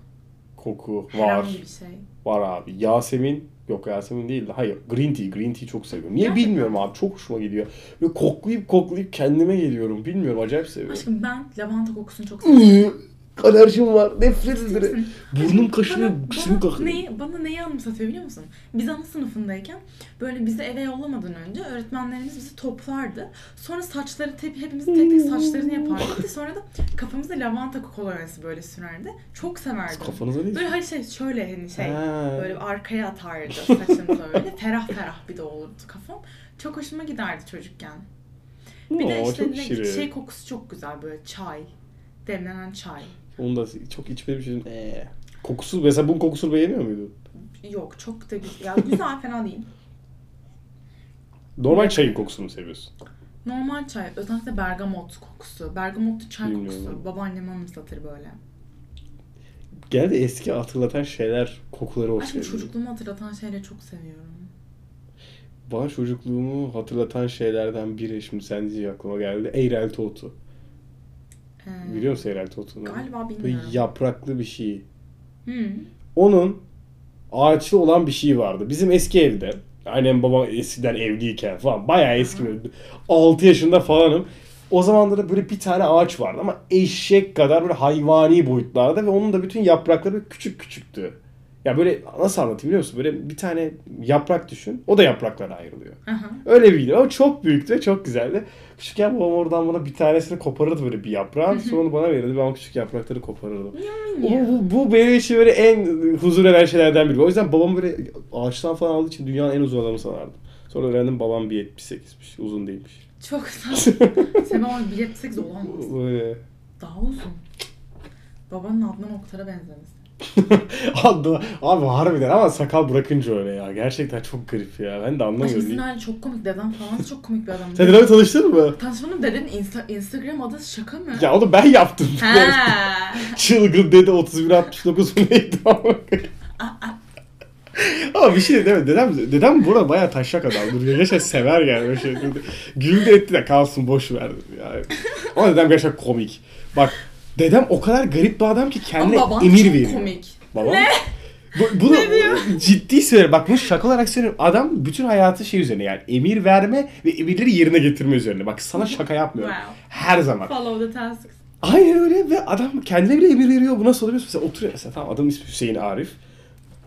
Speaker 1: Koku var.
Speaker 2: Herhangi bir şey.
Speaker 1: Var abi. Yasemin Yok Yasemin değil de hayır green tea green tea çok seviyorum. Niye
Speaker 2: Gerçekten
Speaker 1: bilmiyorum abi çok hoşuma gidiyor. Ve koklayıp koklayıp kendime geliyorum bilmiyorum acayip seviyorum.
Speaker 2: Aşkım ben lavanta kokusunu çok seviyorum.
Speaker 1: Iı, Alerjim var nefret ederim. Burnum kaşınıyor,
Speaker 2: Bana-
Speaker 1: öksürük
Speaker 2: bana,
Speaker 1: akıyor.
Speaker 2: neyi, bana neyi anımsatıyor biliyor musun? Biz ana sınıfındayken böyle bizi eve yollamadan önce öğretmenlerimiz bizi toplardı. Sonra saçları tep, hepimizin tek tek saçlarını yapardı. Ve sonra da kafamızda lavanta kolonyası böyle sürerdi. Çok severdim.
Speaker 1: Kafanıza ne?
Speaker 2: Böyle hani şey şöyle hani şey
Speaker 1: Ha.
Speaker 2: böyle arkaya atardı saçını böyle ferah ferah bir de olurdu kafam. Çok hoşuma giderdi çocukken. Bir de
Speaker 1: Oo,
Speaker 2: işte
Speaker 1: çok
Speaker 2: ne,
Speaker 1: şirin.
Speaker 2: şey kokusu çok güzel böyle çay. Demlenen çay.
Speaker 1: Onu da çok içmediğim için. Ee. Kokusu mesela bunun kokusunu beğeniyor muydun?
Speaker 2: Yok çok da güzel. Ya güzel fena değil.
Speaker 1: Normal çayın kokusunu mu seviyorsun?
Speaker 2: Normal çay. Özellikle bergamot kokusu. Bergamotlu çay
Speaker 1: Bilmiyorum.
Speaker 2: kokusu. Babaannem anımsatır böyle.
Speaker 1: Genelde eski hatırlatan şeyler kokuları hoş
Speaker 2: Aşkım
Speaker 1: geliyor.
Speaker 2: çocukluğumu hatırlatan şeyleri çok seviyorum.
Speaker 1: Bana çocukluğumu hatırlatan şeylerden biri şimdi sen diye aklıma geldi. Eyrel Tohut'u.
Speaker 2: Ee,
Speaker 1: Biliyor musun Eyrel Tohut'u?
Speaker 2: Galiba
Speaker 1: Böyle
Speaker 2: bilmiyorum. Hmm.
Speaker 1: yapraklı bir şey.
Speaker 2: Hı.
Speaker 1: Onun ağaçlı olan bir şey vardı. Bizim eski evde. Annem babam eskiden evliyken falan. Bayağı eski böyle. 6 yaşında falanım. O zamanlarda böyle bir tane ağaç vardı ama eşek kadar böyle hayvani boyutlarda ve onun da bütün yaprakları böyle küçük küçüktü. Ya böyle nasıl anlatayım biliyor musun? Böyle bir tane yaprak düşün. O da yapraklara ayrılıyor.
Speaker 2: Aha.
Speaker 1: Öyle bir ama çok büyüktü ve çok güzeldi. Küçükken babam oradan bana bir tanesini koparırdı böyle bir yaprağı. Sonra onu bana verirdi. Ben o küçük yaprakları koparırdım. Bu,
Speaker 2: Yani.
Speaker 1: bu, bu benim için böyle en huzur veren şeylerden biri. O yüzden babam böyle ağaçtan falan aldığı için dünyanın en uzun adamı sanardım. Sonra öğrendim babam 1.78'miş. Uzun değilmiş.
Speaker 2: Çok güzel. Sen ama 1.78 olamaz.
Speaker 1: Böyle.
Speaker 2: Daha uzun. Babanın Adnan Oktar'a benzemesi.
Speaker 1: Abi, abi harbiden ama sakal bırakınca öyle ya. Gerçekten çok garip ya. Ben de
Speaker 2: Aşkım
Speaker 1: anlamıyorum.
Speaker 2: sizin aile çok komik. Dedem falan da çok komik bir adam.
Speaker 1: Sen Dilan'la tanıştın mı?
Speaker 2: Tansiyonumun dedenin insta- Instagram adı şaka mı?
Speaker 1: Ya onu ben yaptım.
Speaker 2: Ha.
Speaker 1: Çılgın dedi 3169 mu neydi ama. Ama bir şey de demedi. Dedem, dedem bu arada bayağı taşak adamdır. Gerçekten sever yani öyle şey. Güldü etti de kalsın boş ver. Yani. Ama dedem gerçekten komik. Bak dedem o kadar garip bir adam ki
Speaker 2: Ama
Speaker 1: kendine
Speaker 2: baban
Speaker 1: emir
Speaker 2: çok
Speaker 1: veriyor.
Speaker 2: komik.
Speaker 1: Babam, Bu, bunu ciddi söylüyorum. Bak bunu şaka olarak söylüyorum. Adam bütün hayatı şey üzerine yani emir verme ve emirleri yerine getirme üzerine. Bak sana şaka yapmıyorum.
Speaker 2: Wow.
Speaker 1: Her zaman.
Speaker 2: Follow the tasks.
Speaker 1: Aynen öyle ve adam kendine bile emir veriyor. Bu nasıl oluyor? Mesela oturuyor. Mesela tamam adam ismi Hüseyin Arif.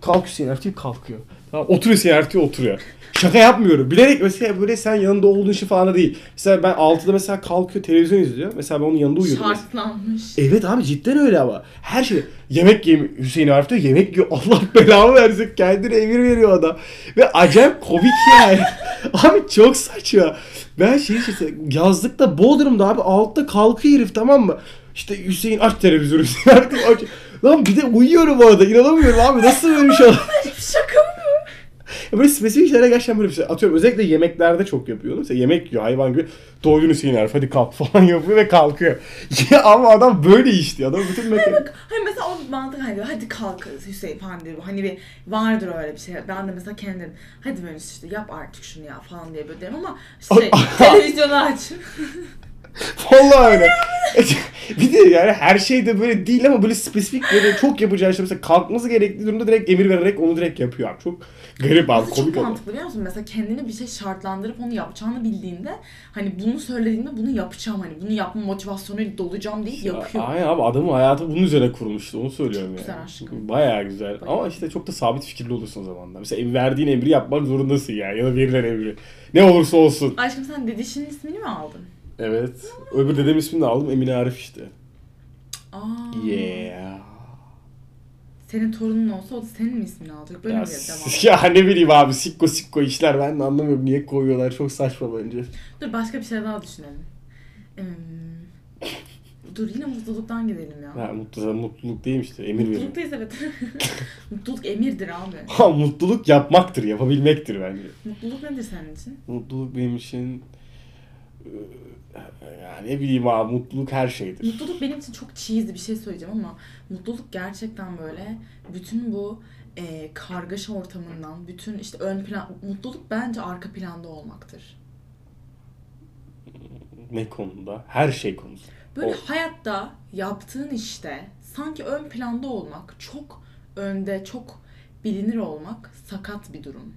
Speaker 1: Kalk Hüseyin Arif deyip kalkıyor. Tamam, otur Hüseyin Arif diyor, oturuyor. Şaka yapmıyorum. Bilerek mesela böyle sen yanında olduğun şey falan da değil. Mesela ben 6'da mesela kalkıyor televizyon izliyor. Mesela ben onun yanında uyuyorum. mesela.
Speaker 2: Şartlanmış.
Speaker 1: Evet abi cidden öyle ama. Her şey yemek yemi Hüseyin Arif diyor yemek yiyor. Allah belamı versin kendine emir veriyor adam. Ve acayip komik yani. abi çok saçma. Ben şey işte yazlıkta Bodrum'da abi altta kalkıyor herif tamam mı? İşte Hüseyin aç televizyonu Hüseyin Arif diyor, aç. Lan bir de uyuyorum orada inanamıyorum abi nasıl böyle bir şey olur?
Speaker 2: Şaka mı?
Speaker 1: Böyle spesifik şeyler gerçekten böyle bir şey. Atıyorum özellikle yemeklerde çok yapıyorum. Mesela yemek yiyor hayvan gibi. Doydun Hüseyin Arif hadi kalk falan yapıyor ve kalkıyor. Ya ama adam böyle işte. Adam bütün mekan...
Speaker 2: Bak hani mesela o mantık hani diyor, hadi kalk Hüseyin falan diyor. Hani bir vardır öyle bir şey. Ben de mesela kendim hadi böyle işte yap artık şunu ya falan diye böyle derim ama şey televizyonu aç.
Speaker 1: Vallahi öyle. bir de yani her şey de böyle değil ama böyle spesifik böyle çok yapacağı işte mesela kalkması gerektiği durumda direkt emir vererek onu direkt yapıyor abi. Çok garip abi
Speaker 2: Aslında çok
Speaker 1: komik adam.
Speaker 2: mantıklı biliyor musun? Mesela kendini bir şey şartlandırıp onu yapacağını bildiğinde hani bunu söylediğinde bunu yapacağım hani bunu yapma motivasyonuyla dolacağım deyip yapıyor.
Speaker 1: Aynen abi adamın hayatı bunun üzerine kurmuştu onu söylüyorum yani.
Speaker 2: Çok güzel aşkım.
Speaker 1: Bayağı güzel ama işte çok da sabit fikirli olursun o zaman da. Mesela em- verdiğin emri yapmak zorundasın yani ya da verilen emri. Ne olursa olsun.
Speaker 2: Aşkım sen dedişinin ismini mi aldın?
Speaker 1: Evet. Öbür dedem ismini de aldım Emine Arif işte.
Speaker 2: Aa.
Speaker 1: Yeah.
Speaker 2: Senin torunun olsa o da senin mi ismini alacak? Böyle
Speaker 1: Ya,
Speaker 2: mi bir devam?
Speaker 1: s- ya ne bileyim abi sikko sikko işler ben de anlamıyorum niye koyuyorlar çok saçma bence.
Speaker 2: Dur başka bir şey daha düşünelim. Eee, dur yine mutluluktan gidelim ya.
Speaker 1: Ha, mutluluk, mutluluk değil mi işte emir veriyor.
Speaker 2: Mutluluktayız evet. Mutluluk emirdir abi.
Speaker 1: Ha mutluluk yapmaktır, yapabilmektir bence.
Speaker 2: Mutluluk nedir senin için?
Speaker 1: Mutluluk benim için eee, yani ne bileyim abi mutluluk her şeydir.
Speaker 2: Mutluluk benim için çok cheesy bir şey söyleyeceğim ama mutluluk gerçekten böyle bütün bu eee, kargaşa ortamından, bütün işte ön plan, mutluluk bence arka planda olmaktır.
Speaker 1: Ne konuda? Her şey konusunda.
Speaker 2: Böyle
Speaker 1: Of.
Speaker 2: hayatta yaptığın işte sanki ön planda olmak, çok önde, çok bilinir olmak sakat bir durum.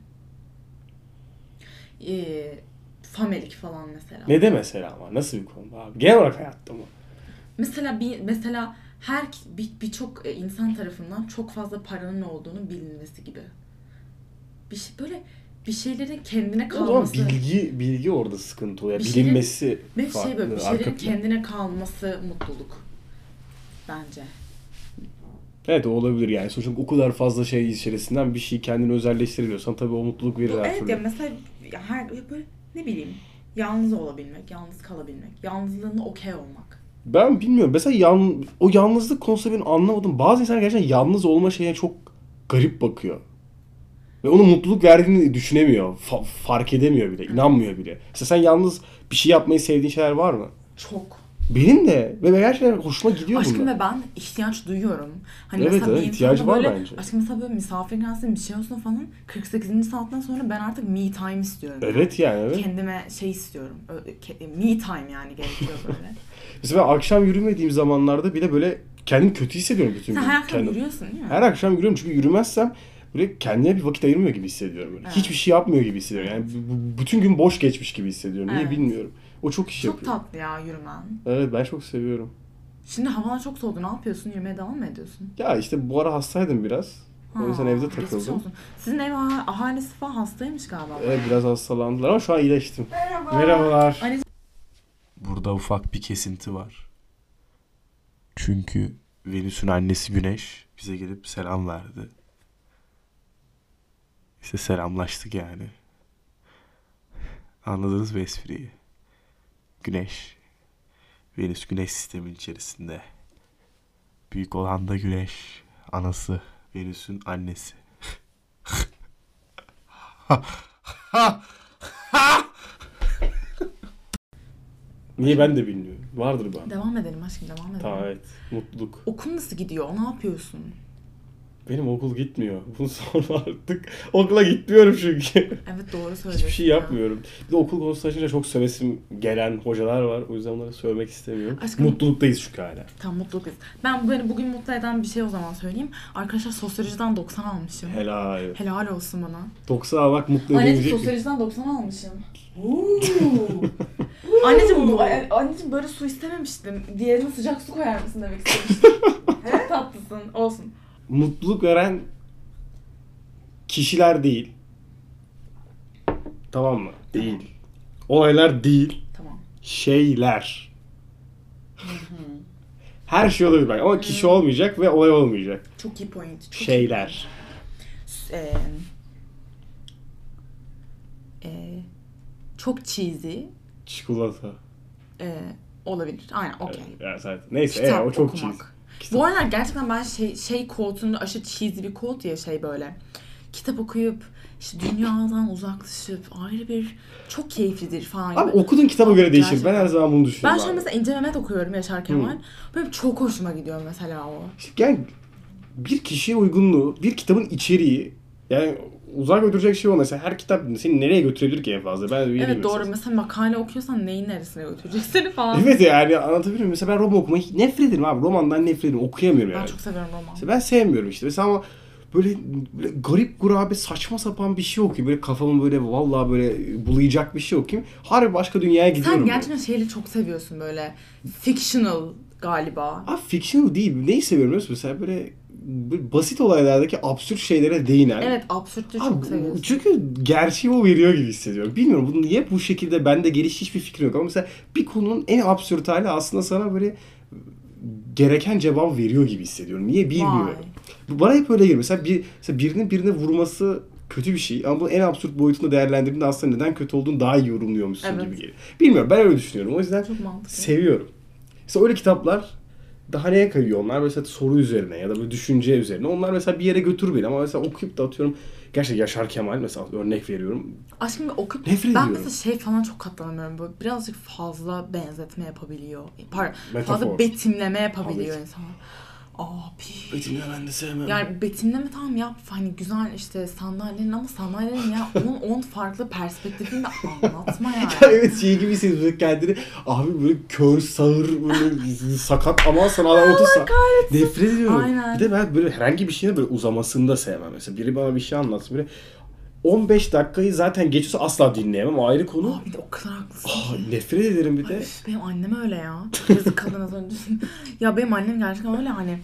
Speaker 2: Ee, famelik falan mesela.
Speaker 1: Ne de mesela ama nasıl bir konuda abi? Genel olarak hayatta mı?
Speaker 2: Mesela bir mesela her bir- birçok e, insan tarafından çok fazla paranın olduğunu bilinmesi gibi. Bir şey böyle bir şeylerin kendine
Speaker 1: O zaman
Speaker 2: kalması.
Speaker 1: bilgi bilgi orada sıkıntı oluyor.
Speaker 2: Bir şeyin-
Speaker 1: Bilinmesi
Speaker 2: Ve şey böyle bir
Speaker 1: arka
Speaker 2: şeylerin
Speaker 1: plan.
Speaker 2: kendine kalması mutluluk. Bence.
Speaker 1: Evet o olabilir yani. Sonuçta o kadar fazla şey içerisinden bir şey kendini özelleştiriliyorsan tabii o mutluluk verir
Speaker 2: Bu-
Speaker 1: her
Speaker 2: evet ya
Speaker 1: türlü.
Speaker 2: mesela ya her ya böyle ne bileyim yalnız olabilmek, yalnız kalabilmek, yalnızlığına okey olmak.
Speaker 1: Ben bilmiyorum. Mesela yan, o yalnızlık konusunda ben anlamadım. Bazı insanlar gerçekten yalnız olma şeyine çok garip bakıyor. Ve ona mutluluk verdiğini düşünemiyor. fa- fark edemiyor bile. inanmıyor bile. Mesela sen yalnız bir şey yapmayı sevdiğin şeyler var mı?
Speaker 2: Çok.
Speaker 1: Benim de. Ve ben gerçekten hoşuma gidiyor
Speaker 2: Aşkım
Speaker 1: bunlar.
Speaker 2: ve ben ihtiyaç duyuyorum. Hani
Speaker 1: Evet,
Speaker 2: mesela bir
Speaker 1: evet, ihtiyacı
Speaker 2: insanda
Speaker 1: var
Speaker 2: böyle,
Speaker 1: bence.
Speaker 2: Aşkım mesela böyle misafir gelsin bir şey olsun falan 48. saatten sonra ben artık me time istiyorum.
Speaker 1: Evet yani evet.
Speaker 2: Kendime şey istiyorum. ö- ke- e, Me time yani gerekiyor böyle.
Speaker 1: Mesela ben akşam yürümediğim zamanlarda bile böyle kendimi kötü hissediyorum bütün
Speaker 2: Sen
Speaker 1: gün.
Speaker 2: her akşam
Speaker 1: Kendim-
Speaker 2: yürüyorsun değil mi?
Speaker 1: Her akşam yürüyorum çünkü yürümezsem böyle kendine bir vakit ayırmıyor gibi hissediyorum. Böyle.
Speaker 2: Evet.
Speaker 1: Hiçbir şey yapmıyor gibi hissediyorum. Yani bu- bu- bütün gün boş geçmiş gibi hissediyorum. Niye
Speaker 2: Evet.
Speaker 1: bilmiyorum. O çok iş
Speaker 2: çok
Speaker 1: yapıyor.
Speaker 2: tatlı ya yürümen.
Speaker 1: Evet ben çok seviyorum.
Speaker 2: Şimdi havalar çok soğudu. Ne yapıyorsun? Yürümeye devam mı ediyorsun?
Speaker 1: Ya işte bu ara hastaydım biraz. O yüzden
Speaker 2: Ha,
Speaker 1: evde
Speaker 2: geçmiş
Speaker 1: takıldım.
Speaker 2: olsun. Sizin ev ah- ahalisi falan hastaymış galiba.
Speaker 1: Evet biraz hastalandılar ama şu an iyileştim.
Speaker 2: Merhaba.
Speaker 1: Merhabalar.
Speaker 3: Burada ufak bir kesinti var. Çünkü Venüs'ün annesi Güneş bize gelip selam verdi. İşte selamlaştık yani. Anladınız mı espriyi? Güneş. Venüs Güneş sistemin içerisinde. Büyük olan da Güneş. Anası. Venüs'ün annesi.
Speaker 1: Niye ben de bilmiyorum. Vardır bana.
Speaker 2: Devam edelim aşkım devam edelim.
Speaker 1: Tamam evet. Mutluluk.
Speaker 2: Okul nasıl gidiyor? Ne yapıyorsun?
Speaker 1: Benim okul gitmiyor. Bunu sonra artık okula gitmiyorum çünkü.
Speaker 2: Evet doğru söylüyorsun.
Speaker 1: Hiçbir şey
Speaker 2: ya.
Speaker 1: yapmıyorum. Bir de okul konusu açınca çok sövesim gelen hocalar var. O yüzden onları sövmek istemiyorum.
Speaker 2: Aşkım-
Speaker 1: Mutluluktayız çünkü hala.
Speaker 2: Tam mutluluk. Ben beni bugün mutlu eden bir şey o zaman söyleyeyim. Arkadaşlar sosyolojiden 90 almışım.
Speaker 1: Helal.
Speaker 2: Helal olsun bana.
Speaker 1: 90 almak mutlu
Speaker 2: Anneciğim
Speaker 1: edecek.
Speaker 2: sosyolojiden 90 almışım. anneciğim, bu, ay- anneciğim böyle su istememiştim. Diğerine sıcak su koyar mısın demek istemiştim. Çok tatlısın. Olsun.
Speaker 1: mutluluk veren kişiler değil. Tamam mı? Değil. Olaylar değil.
Speaker 2: Tamam.
Speaker 1: Şeyler. Her şey olabilir bak ama kişi olmayacak ve olay olmayacak.
Speaker 2: Çok iyi point. Çok iyi
Speaker 1: Şeyler.
Speaker 2: e, e, çok cheesy
Speaker 1: Çikolata.
Speaker 2: e, olabilir. Aynen okey.
Speaker 1: Yani zaten. Neyse
Speaker 2: Kitap
Speaker 1: e, o çok
Speaker 2: okumak.
Speaker 1: cheesy. Kitap-
Speaker 2: Bu aralar gerçekten ben şey, şey quote'unu aşırı cheesy bir quote ya şey böyle. Kitap okuyup işte dünyadan uzaklaşıp ayrı bir çok keyiflidir falan gibi.
Speaker 1: Abi okudun kitaba göre değişir. Ben her zaman bunu
Speaker 2: ben
Speaker 1: düşünüyorum.
Speaker 2: şu an
Speaker 1: abi.
Speaker 2: mesela İnce Mehmet okuyorum Yaşar Kemal. Böyle çok hoşuma gidiyor mesela o.
Speaker 1: İşte Yani bir kişiye uygunluğu, bir kitabın içeriği yani uzak götürecek şey o mesela. Her kitap seni nereye götürebilir ki en fazla? Ben öyle
Speaker 2: Evet
Speaker 1: diyeyim
Speaker 2: doğru
Speaker 1: mesela.
Speaker 2: mesela makale okuyorsan neyin neresine götürecek seni falan.
Speaker 1: Evet yani anlatabiliyor muyum? Mesela ben roman okumayı nefret ederim abi. Romandan nefret ederim. Okuyamıyorum
Speaker 2: Ben
Speaker 1: yani.
Speaker 2: çok seviyorum roman.
Speaker 1: İşte ben sevmiyorum işte. Mesela ama böyle, böyle garip gurabe saçma sapan bir şey okuyayım. Böyle kafamı böyle vallahi böyle bulayacak bir şey okuyayım. Harbi başka dünyaya gidiyorum.
Speaker 2: Sen
Speaker 1: ben.
Speaker 2: gerçekten şeyleri çok seviyorsun böyle. Fictional galiba.
Speaker 1: Abi fictional değil. Neyi seviyorum biliyor musun? Mesela böyle, böyle basit olaylardaki absürt şeylere değinen.
Speaker 2: Evet absürtlü çok
Speaker 1: Abi,
Speaker 2: seviyorsun.
Speaker 1: çünkü gerçeği o veriyor gibi hissediyorum. Bilmiyorum bunu niye bu şekilde bende geliş hiçbir fikrim yok. Ama mesela bir konunun en absürt hali aslında sana böyle gereken cevap veriyor gibi hissediyorum. Niye bilmiyorum.
Speaker 2: Vay.
Speaker 1: Bu bana hep öyle gelir. Mesela, bir, mesela birinin birine vurması kötü bir şey ama bunu en absürt boyutunda değerlendirdiğinde aslında neden kötü olduğunu daha iyi yorumluyormuşsun
Speaker 2: Evet.
Speaker 1: gibi gelir. Bilmiyorum ben öyle düşünüyorum. O yüzden
Speaker 2: Çok mantıklı.
Speaker 1: seviyorum. Mesela öyle kitaplar daha neye kayıyor onlar? Mesela soru üzerine ya da böyle düşünce üzerine. Onlar mesela bir yere götür beni ama mesela okuyup da atıyorum. Gerçekten Yaşar Kemal mesela örnek veriyorum.
Speaker 2: Aşkım okuyup
Speaker 1: Nefret
Speaker 2: ben
Speaker 1: ediyorum.
Speaker 2: mesela şey falan çok katlanamıyorum. Böyle birazcık fazla benzetme yapabiliyor. Pardon,
Speaker 1: Metafor.
Speaker 2: fazla betimleme yapabiliyor
Speaker 1: Abi.
Speaker 2: insan. Abi.
Speaker 1: Betimle ben de sevmem.
Speaker 2: Yani betimleme tamam yap hani güzel işte sandalyenin ama sandalyenin ya 10 10 farklı perspektifini de anlatma yani.
Speaker 1: evet şey gibi hissediyorsun kendini abi böyle kör, sağır, böyle sakat ama sana adam otursa nefret ediyorum.
Speaker 2: Aynen.
Speaker 1: Bir de ben böyle herhangi bir şeyin böyle uzamasını da sevmem. Mesela biri bana bir şey anlatsın. Biri 15 dakikayı zaten geçiyorsa asla dinleyemem. O ayrı konu.
Speaker 2: Abi de o kadar haklısın.
Speaker 1: Ah, nefret ederim bir de.
Speaker 2: Üf, benim annem öyle ya. Yazık kadına sonra düşün. ya benim annem gerçekten öyle hani.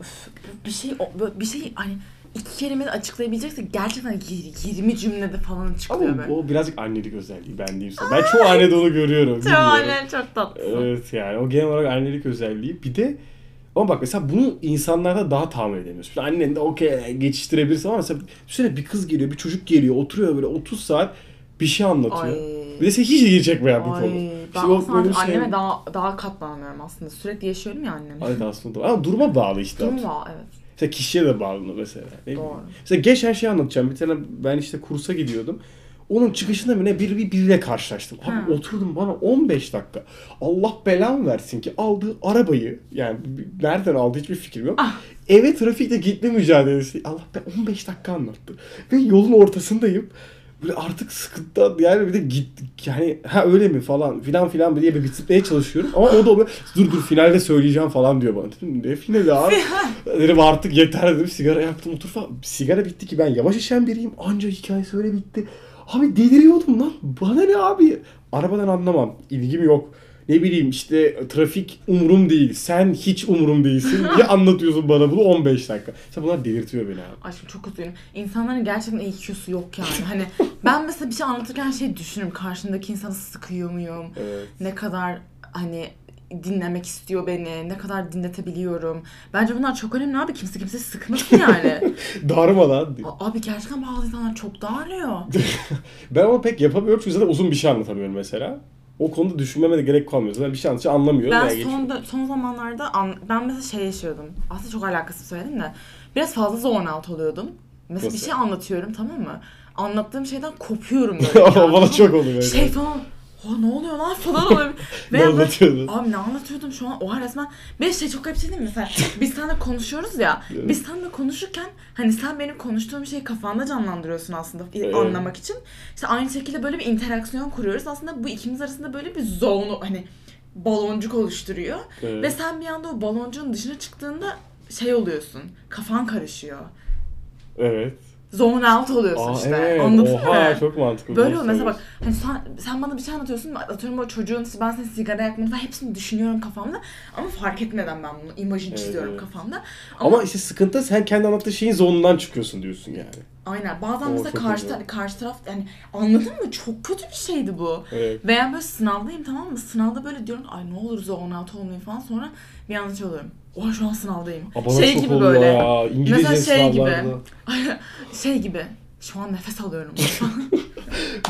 Speaker 2: üf, bir şey o- bir şey hani iki kelimede açıklayabilecekse gerçekten yir- 20 cümlede falan açıklıyor
Speaker 1: Ama
Speaker 2: böyle.
Speaker 1: o birazcık annelik özelliği ben diyeyim sana. Ben çoğu annede onu görüyorum.
Speaker 2: Çok
Speaker 1: bilmiyorum.
Speaker 2: annem çok tatlı.
Speaker 1: Evet yani o genel olarak annelik özelliği. Bir de ama bak mesela bunu insanlarda daha tahmin edemiyorsun. Şimdi annen de okey geçiştirebilirsin ama mesela düşünsene bir kız geliyor, bir çocuk geliyor, oturuyor böyle 30 saat bir şey anlatıyor.
Speaker 2: Ay.
Speaker 1: Bir de seni hiç ilgini çekmeyen bir
Speaker 2: Ay,
Speaker 1: konu.
Speaker 2: ben
Speaker 1: İşte o
Speaker 2: aslında
Speaker 1: böyle şey-
Speaker 2: anneme daha daha katlanamıyorum aslında. Sürekli yaşıyorum ya annemle.
Speaker 1: Evet aslında doğru. Ama duruma bağlı işte.
Speaker 2: Durum var evet.
Speaker 1: Mesela kişiye de bağlı mesela. Ne
Speaker 2: Doğru.
Speaker 1: bileyim. Mesela geçen şey anlatacağım. Bir tane ben işte kursa gidiyordum. Onun çıkışında mı ne bir, bir biriyle karşılaştım. Abi
Speaker 2: Ha.
Speaker 1: oturdum bana 15 dakika. Allah belamı versin ki aldığı arabayı yani b- nereden aldı hiçbir fikrim yok.
Speaker 2: Ah.
Speaker 1: Eve trafikte gitme mücadelesi. Allah be 15 dakika anlattı. Ve yolun ortasındayım. Böyle artık sıkıntıdan yani bir de git yani ha öyle mi falan filan filan diye bir bitirmeye çalışıyorum. Ama o da böyle dur dur finalde söyleyeceğim falan diyor bana. Dedim ne finali abi? Dedim artık yeter dedim sigara yaptım otur falan. Sigara bitti ki ben yavaş içen biriyim. Anca hikayesi öyle bitti. Abi deliriyordum lan. Bana ne abi? Arabadan anlamam. İlgim yok. Ne bileyim işte trafik umurum değil. Sen hiç umurum değilsin. Ya anlatıyorsun bana bunu 15 dakika. İşte bunlar delirtiyor beni abi.
Speaker 2: Aşkım çok üzgünüm. İnsanların gerçekten EQ'su yok yani. Hani ben mesela bir şey anlatırken şey düşünürüm. Karşımdaki insanı sıkıyor muyum?
Speaker 1: Evet.
Speaker 2: ne kadar hani dinlemek istiyor beni, ne kadar dinletebiliyorum. Bence bunlar çok önemli abi. Kimse kimseyi sıkmasın yani.
Speaker 1: Darma lan. diyor.
Speaker 2: A- abi gerçekten bazı insanlar çok darlıyor.
Speaker 1: Ben onu pek yapamıyorum çünkü zaten uzun bir şey anlatamıyorum mesela. O konuda düşünmeme de gerek kalmıyor. Zaten bir şey anlatınca anlamıyor. veya
Speaker 2: Ben
Speaker 1: geçiyor.
Speaker 2: son, dö- son zamanlarda an- ben mesela şey yaşıyordum. Aslında çok alakasız söyledim de. Biraz fazla zone out oluyordum. Mesela bir
Speaker 1: Nasıl?
Speaker 2: şey anlatıyorum tamam mı? Anlattığım şeyden kopuyorum böyle.
Speaker 1: Ama
Speaker 2: Yani.
Speaker 1: bana çok oluyor.
Speaker 2: Şey falan. "Ha, ne oluyor lan falan oluyor.
Speaker 1: Ne
Speaker 2: Veya böyle-
Speaker 1: anlatıyordun?
Speaker 2: Abi ne anlatıyordum şu an? Oha resmen. Bir şey çok garip bir şey değil mi? Mesela biz seninle konuşuyoruz ya.
Speaker 1: Evet.
Speaker 2: Biz seninle konuşurken hani sen benim konuştuğum şeyi kafanda canlandırıyorsun aslında i-
Speaker 1: Evet.
Speaker 2: anlamak için. İşte aynı şekilde böyle bir interaksiyon kuruyoruz. Aslında bu ikimiz arasında böyle bir zone hani baloncuk oluşturuyor.
Speaker 1: Evet.
Speaker 2: Ve sen bir anda o baloncuğun dışına çıktığında şey oluyorsun. Kafan karışıyor.
Speaker 1: Evet.
Speaker 2: Zone out oluyorsun
Speaker 1: Aa,
Speaker 2: Şey işte.
Speaker 1: evet.
Speaker 2: Anladın
Speaker 1: Oha
Speaker 2: mı?
Speaker 1: çok mantıklı.
Speaker 2: Böyle
Speaker 1: Doğru
Speaker 2: ol mesela bak hani sen, sen bana bir şey anlatıyorsun atıyorum o çocuğun ben senin sigara yakmanı falan hepsini düşünüyorum kafamda ama fark etmeden ben bunu imajını
Speaker 1: Evet,
Speaker 2: çiziyorum
Speaker 1: evet.
Speaker 2: kafamda. Ama,
Speaker 1: Ama işte sıkıntı sen kendi anlattığı şeyin zonundan çıkıyorsun diyorsun yani.
Speaker 2: aynen bazen
Speaker 1: Oo,
Speaker 2: mesela
Speaker 1: çok
Speaker 2: karşı,
Speaker 1: güzel.
Speaker 2: karşı taraf yani anladın mı çok kötü bir şeydi bu.
Speaker 1: Evet.
Speaker 2: Veya böyle sınavdayım tamam mı sınavda böyle diyorum ay ne olur zone out olmayayım falan sonra bir anda şey oluyorum. Oha şu an sınavdayım. Şey
Speaker 1: Aa, bana çok oluyor ya. İngilizce
Speaker 2: Mesela şey gibi.
Speaker 1: sınavlarda.
Speaker 2: şey gibi. Şu an nefes alıyorum.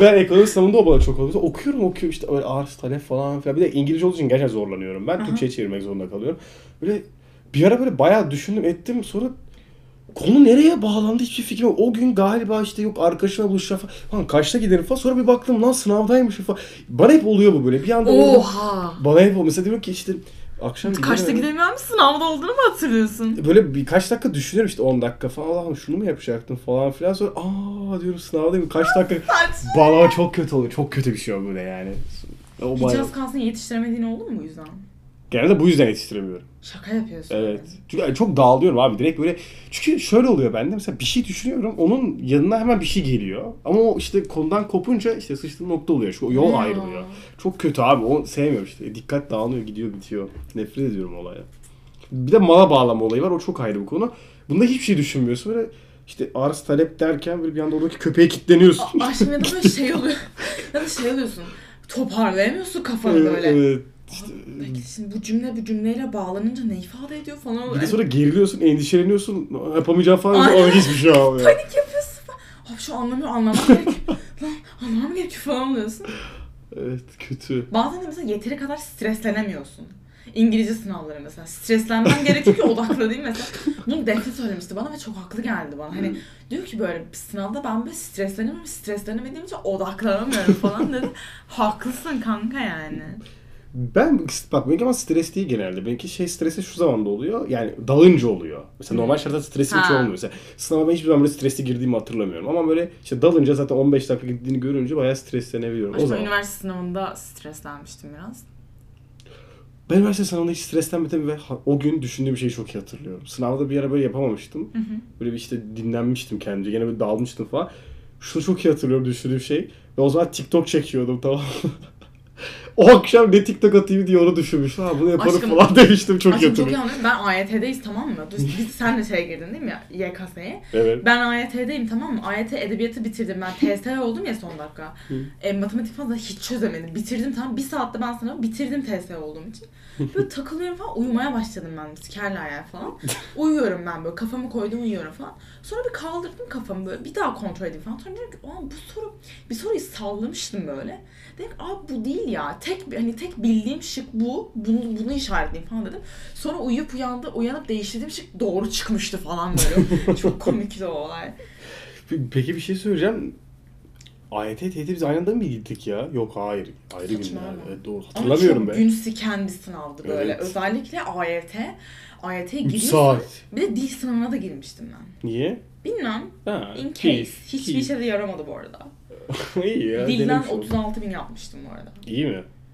Speaker 1: Ben ekonomi sınavında o bana çok oluyor. Mesela Okuyorum okuyorum işte böyle arz talep falan filan. Bir de İngilizce olduğu için gerçekten zorlanıyorum. Ben Türkçe'ye çevirmek zorunda kalıyorum. Böyle bir ara böyle bayağı düşündüm ettim sonra Konu nereye bağlandı hiçbir fikrim yok. O gün galiba işte yok arkadaşına buluşacağım falan. Lan kaçta giderim falan. Sonra bir baktım lan sınavdaymış falan. Bana hep oluyor bu böyle. Bir
Speaker 2: Oh.
Speaker 1: anda oluyor.
Speaker 2: Oha.
Speaker 1: Bana hep o mesela diyor ki işte akşam
Speaker 2: Kaçta
Speaker 1: giderim.
Speaker 2: gidemiyor musun? Sınavda olduğunu mu hatırlıyorsun?
Speaker 1: Böyle birkaç dakika düşünüyorum işte 10 dakika falan. Allah'ım şunu mu yapacaktım falan filan. Sonra aa diyorum sınavdayım. Kaç dakika.
Speaker 2: Saçma.
Speaker 1: Bağlama çok kötü oluyor. Çok kötü bir şey o böyle yani. O
Speaker 2: Hiç
Speaker 1: bayağı-
Speaker 2: az kalsın yetiştiremediğin oldu mu bu yüzden?
Speaker 1: Genelde bu yüzden yetiştiremiyorum.
Speaker 2: Şaka yapıyorsun.
Speaker 1: Evet. Çünkü yani çok dağılıyorum abi direkt böyle. Çünkü şöyle oluyor bende mesela bir şey düşünüyorum onun yanına hemen bir şey geliyor. Ama o işte konudan kopunca işte sıçtığım nokta oluyor. Şu yol
Speaker 2: Ya.
Speaker 1: ayrılıyor. Çok kötü abi. Onu sevmiyorum işte. E, Dikkat dağılıyor, gidiyor, bitiyor. Nefret ediyorum olaya. Bir de mala bağlama olayı var. O çok ayrı bir konu. Bunda hiçbir şey düşünmüyorsun. Böyle işte arz talep derken böyle bir anda oradaki köpeğe kilitleniyorsun.
Speaker 2: A- Aşkım ya da böyle şey oluyor. ya da şey oluyorsun. Toparlayamıyorsun kafanı
Speaker 1: Evet,
Speaker 2: böyle.
Speaker 1: evet. İşte,
Speaker 2: Peki şimdi bu cümle bu cümleyle bağlanınca ne ifade ediyor falan
Speaker 1: bir
Speaker 2: oluyor.
Speaker 1: de sonra geriliyorsun, endişeleniyorsun. Yapamayacağım falan.
Speaker 2: Aynen.
Speaker 1: Sonra hiçbir şey olmuyor.
Speaker 2: Panik yapıyorsun falan. Abi şu anlamıyor anlamam gerekiyor. Lan anlamam gerekiyor falan oluyorsun.
Speaker 1: Evet kötü.
Speaker 2: Bazen de mesela yeteri kadar streslenemiyorsun. İngilizce sınavları mesela. Streslenmem gerekiyor ki odaklanayım mesela. Bunu Defne söylemişti bana ve çok haklı geldi bana.
Speaker 1: Hmm.
Speaker 2: Hani diyor ki böyle sınavda ben böyle streslenemiyorum. Streslenemediğim için odaklanamıyorum falan dedi. Haklısın kanka yani.
Speaker 1: Ben bak benimki ama stres değil genelde. Benimki şey stresi şu zamanda oluyor. Yani dalınca oluyor. Mesela normal şartlarda stresim hiç
Speaker 2: Ha.
Speaker 1: olmuyor. Mesela sınava ben hiçbir zaman böyle stresli girdiğimi hatırlamıyorum. Ama böyle işte dalınca zaten 15 dakika gittiğini görünce bayağı streslenebiliyorum. o
Speaker 2: Aslında
Speaker 1: zaman.
Speaker 2: üniversite sınavında streslenmiştim biraz.
Speaker 1: Ben üniversite sınavında hiç streslenmedim ve ha- o gün düşündüğüm şeyi çok iyi hatırlıyorum. Sınavda bir ara böyle yapamamıştım. Böyle bir işte dinlenmiştim kendimce. Gene böyle dalmıştım falan. Şunu çok iyi hatırlıyorum düşündüğüm şey. Ve o zaman TikTok çekiyordum tamam mı? O akşam ne TikTok atayım diye onu düşünmüştüm. Ha bunu yaparım
Speaker 2: Aşkım-
Speaker 1: falan demiştim. Çok iyi
Speaker 2: Aşkım çok
Speaker 1: hatırlıyorum.
Speaker 2: iyi anlıyorum. Ben AYT'deyiz tamam mı? Düz- Biz, sen de şeye girdin değil mi? YKS'ye.
Speaker 1: Evet.
Speaker 2: Ben AYT'deyim tamam mı? AYT edebiyatı bitirdim. Ben TSE oldum ya son dakika. E, matematik falan da hiç çözemedim. Bitirdim tamam. Bir saatte ben sana bitirdim TSE olduğum için. Böyle takılıyorum falan. Uyumaya başladım ben. Sikerler ya falan. Uyuyorum ben böyle. Kafamı koydum uyuyorum falan. Sonra bir kaldırdım kafamı böyle. Bir daha kontrol edeyim falan. Sonra dedim ki "Aa, bu soru bir soruyu sallamıştım böyle. Dedim ki, abi bu değil ya. Tek hani tek bildiğim şık bu. Bunu bunu işaretleyeyim falan dedim. Sonra uyuyup uyandı, uyanıp değiştirdiğim şık doğru çıkmıştı falan böyle. Çok komikti o olay.
Speaker 1: Pe- Peki bir şey söyleyeceğim. AYT TYT biz aynı anda mı gittik ya? Yok hayır. Ayrı
Speaker 2: Saçma
Speaker 1: günler.
Speaker 2: ama.
Speaker 1: Evet, doğru.
Speaker 2: Ama
Speaker 1: Hatırlamıyorum
Speaker 2: çok
Speaker 1: ben.
Speaker 2: gün siken bir sınavdı böyle.
Speaker 1: Evet.
Speaker 2: Özellikle AYT. AYT'ye
Speaker 1: Üç
Speaker 2: giriyorsun.
Speaker 1: saat.
Speaker 2: Bir de dil sınavına da girmiştim ben.
Speaker 1: Niye?
Speaker 2: Bilmem.
Speaker 1: Ha,
Speaker 2: In case.
Speaker 1: keyif,
Speaker 2: Hiçbir
Speaker 1: keyif.
Speaker 2: şey de yaramadı bu arada.
Speaker 1: İyi ya.
Speaker 2: Dilden
Speaker 1: denemiş oldum.
Speaker 2: 36 bin yapmıştım bu arada.
Speaker 1: İyi mi?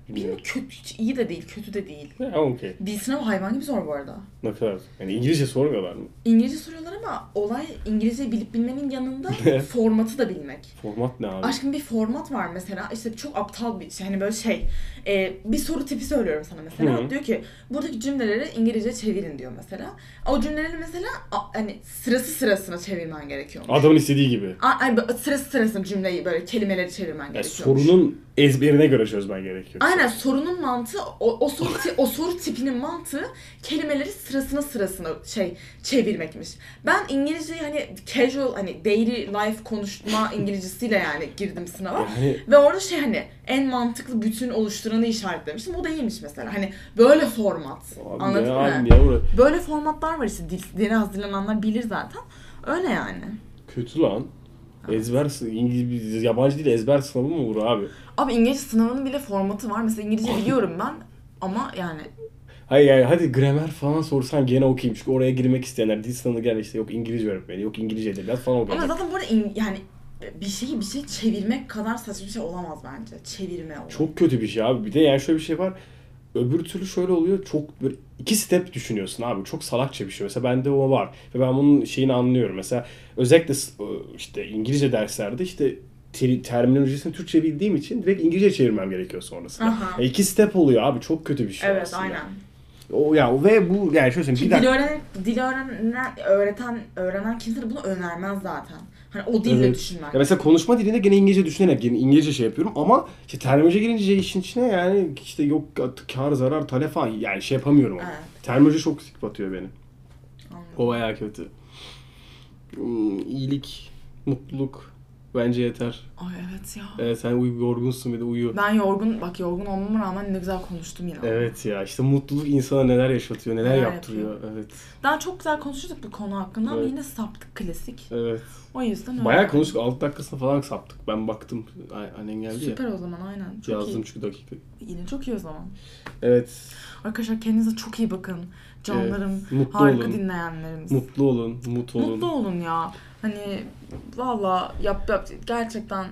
Speaker 2: Bilmiyorum
Speaker 1: Bilmiyorum.
Speaker 2: kötü, hiç iyi de değil, kötü de değil.
Speaker 1: Ha, okey.
Speaker 2: Dil sınavı hayvan gibi zor bu arada.
Speaker 1: Ne kadar? Yani İngilizce sormuyorlar mı?
Speaker 2: İngilizce soruyorlar ama olay İngilizce bilip bilmenin yanında formatı da bilmek.
Speaker 1: Format ne abi?
Speaker 2: Aşkım bir format var mesela işte çok aptal bir şey hani böyle şey e, bir soru tipi söylüyorum sana mesela
Speaker 1: Hı hı.
Speaker 2: diyor ki buradaki cümleleri İngilizce çevirin diyor mesela o cümleleri mesela a- hani sırası sırasına çevirmen gerekiyor.
Speaker 1: Adamın istediği gibi.
Speaker 2: Hani böyle sırası sırasına cümleyi böyle kelimeleri çevirmen
Speaker 1: Yani
Speaker 2: gerekiyor.
Speaker 1: sorunun ezberine göre çözmen gerekiyor.
Speaker 2: Aynen sorunun mantığı o, o soru ti- o soru tipinin mantığı kelimeleri sırasına sırasına şey çevirmekmiş. Ben İngilizceyi hani casual hani daily life konuşma İngilizcesiyle yani girdim sınava.
Speaker 1: Yani
Speaker 2: Ve orada şey hani en mantıklı bütün oluşturanı işaretlemiştim. O da iyiymiş mesela. Hani böyle format.
Speaker 1: abi
Speaker 2: Anladın
Speaker 1: ne
Speaker 2: mı?
Speaker 1: abi niye uğra-
Speaker 2: Böyle formatlar var işte. Dil, dili hazırlananlar bilir zaten. Öyle yani.
Speaker 1: Kötü lan. Ezber, sı- İngiliz, yabancı dil ezber sınavı mı uğra abi?
Speaker 2: Abi İngilizce sınavının bile formatı var. Mesela İngilizce biliyorum ben. Ama yani
Speaker 1: Hayır yani hadi gramer falan sorsan gene okuyayım. Çünkü oraya girmek isteyenler dil sınavına gelen işte yok İngilizce öğretmeni, yok İngilizce edebiyat falan
Speaker 2: Ama
Speaker 1: okuyacak.
Speaker 2: zaten bu arada in- yani bir şeyi bir şey çevirmek kadar saçma bir şey olamaz bence. Çevirme olur.
Speaker 1: Çok kötü bir şey abi. Bir de yani şöyle bir şey var. Öbür türlü şöyle oluyor. Çok böyle iki step düşünüyorsun abi. Çok salakça bir şey. Mesela bende o var. Ve ben bunun şeyini anlıyorum. Mesela özellikle s- işte İngilizce derslerde işte ter- terminolojisini Türkçe bildiğim için direkt İngilizce çevirmem gerekiyor sonrasında. E,
Speaker 2: Aha.
Speaker 1: iki step oluyor abi. Çok kötü bir şey
Speaker 2: Evet
Speaker 1: aslında.
Speaker 2: aynen.
Speaker 1: O ya ve bu yani şöyle
Speaker 2: Ki
Speaker 1: söyleyeyim. bir
Speaker 2: dil
Speaker 1: dakika.
Speaker 2: öğrenen, dil öğrenen, öğreten, öğrenen kimse de bunu önermez zaten. Hani o dille
Speaker 1: Evet.
Speaker 2: düşünmek.
Speaker 1: Ya mesela konuşma dilinde gene İngilizce düşünerek gene İngilizce şey yapıyorum ama işte terminoloji girince işin içine yani işte yok kar zarar talep falan yani şey yapamıyorum ama.
Speaker 2: Evet.
Speaker 1: Terminoloji çok sık batıyor beni.
Speaker 2: Anladım.
Speaker 1: O bayağı kötü. Hmm, iyilik, mutluluk bence yeter.
Speaker 2: Ay evet ya.
Speaker 1: Evet sen uy yorgunsun bir de uyu.
Speaker 2: Ben yorgun, bak yorgun olmama rağmen ne güzel konuştum yine.
Speaker 1: Evet ya işte mutluluk insana neler yaşatıyor, neler
Speaker 2: Neler
Speaker 1: yaptırıyor. Evet.
Speaker 2: Daha çok güzel konuştuk bu konu hakkında ama
Speaker 1: Evet.
Speaker 2: yine saptık klasik.
Speaker 1: Evet.
Speaker 2: O yüzden öyle.
Speaker 1: Bayağı konuştuk. 6 dakikasına falan saptık. Ben baktım. A- Annen geldi ya.
Speaker 2: Süper o zaman aynen. Çok
Speaker 1: Yazdım çünkü dakika.
Speaker 2: iyi. Yine çok iyi o zaman.
Speaker 1: Evet.
Speaker 2: Arkadaşlar kendinize çok iyi bakın. Canlarım,
Speaker 1: Evet. Mutlu
Speaker 2: harika
Speaker 1: olun.
Speaker 2: dinleyenlerimiz.
Speaker 1: Mutlu olun, mut olun.
Speaker 2: Mutlu olun ya. Hani valla yap yap gerçekten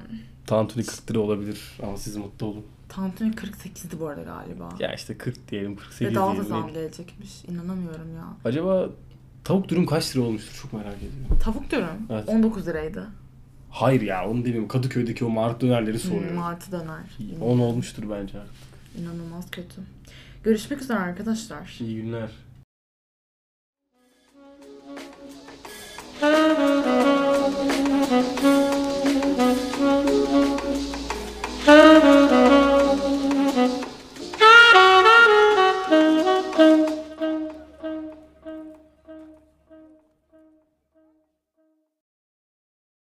Speaker 1: Tantuni 40 lira olabilir ama siz mutlu olun.
Speaker 2: Tantuni 48'di bu arada galiba.
Speaker 1: Ya işte 40 diyelim, 48
Speaker 2: Ve daha da
Speaker 1: diyelim.
Speaker 2: zam gelecekmiş. İnanamıyorum ya.
Speaker 1: Acaba tavuk dürüm kaç lira olmuştur? Çok merak ediyorum.
Speaker 2: Tavuk dürüm
Speaker 1: Evet.
Speaker 2: 19 liraydı.
Speaker 1: Hayır ya onu demiyorum. Kadıköy'deki o mart dönerleri
Speaker 2: Hmm,
Speaker 1: soruyorum.
Speaker 2: Martı döner.
Speaker 1: 10 olmuştur bence artık.
Speaker 2: İnanılmaz kötü. Görüşmek üzere arkadaşlar.
Speaker 1: İyi günler.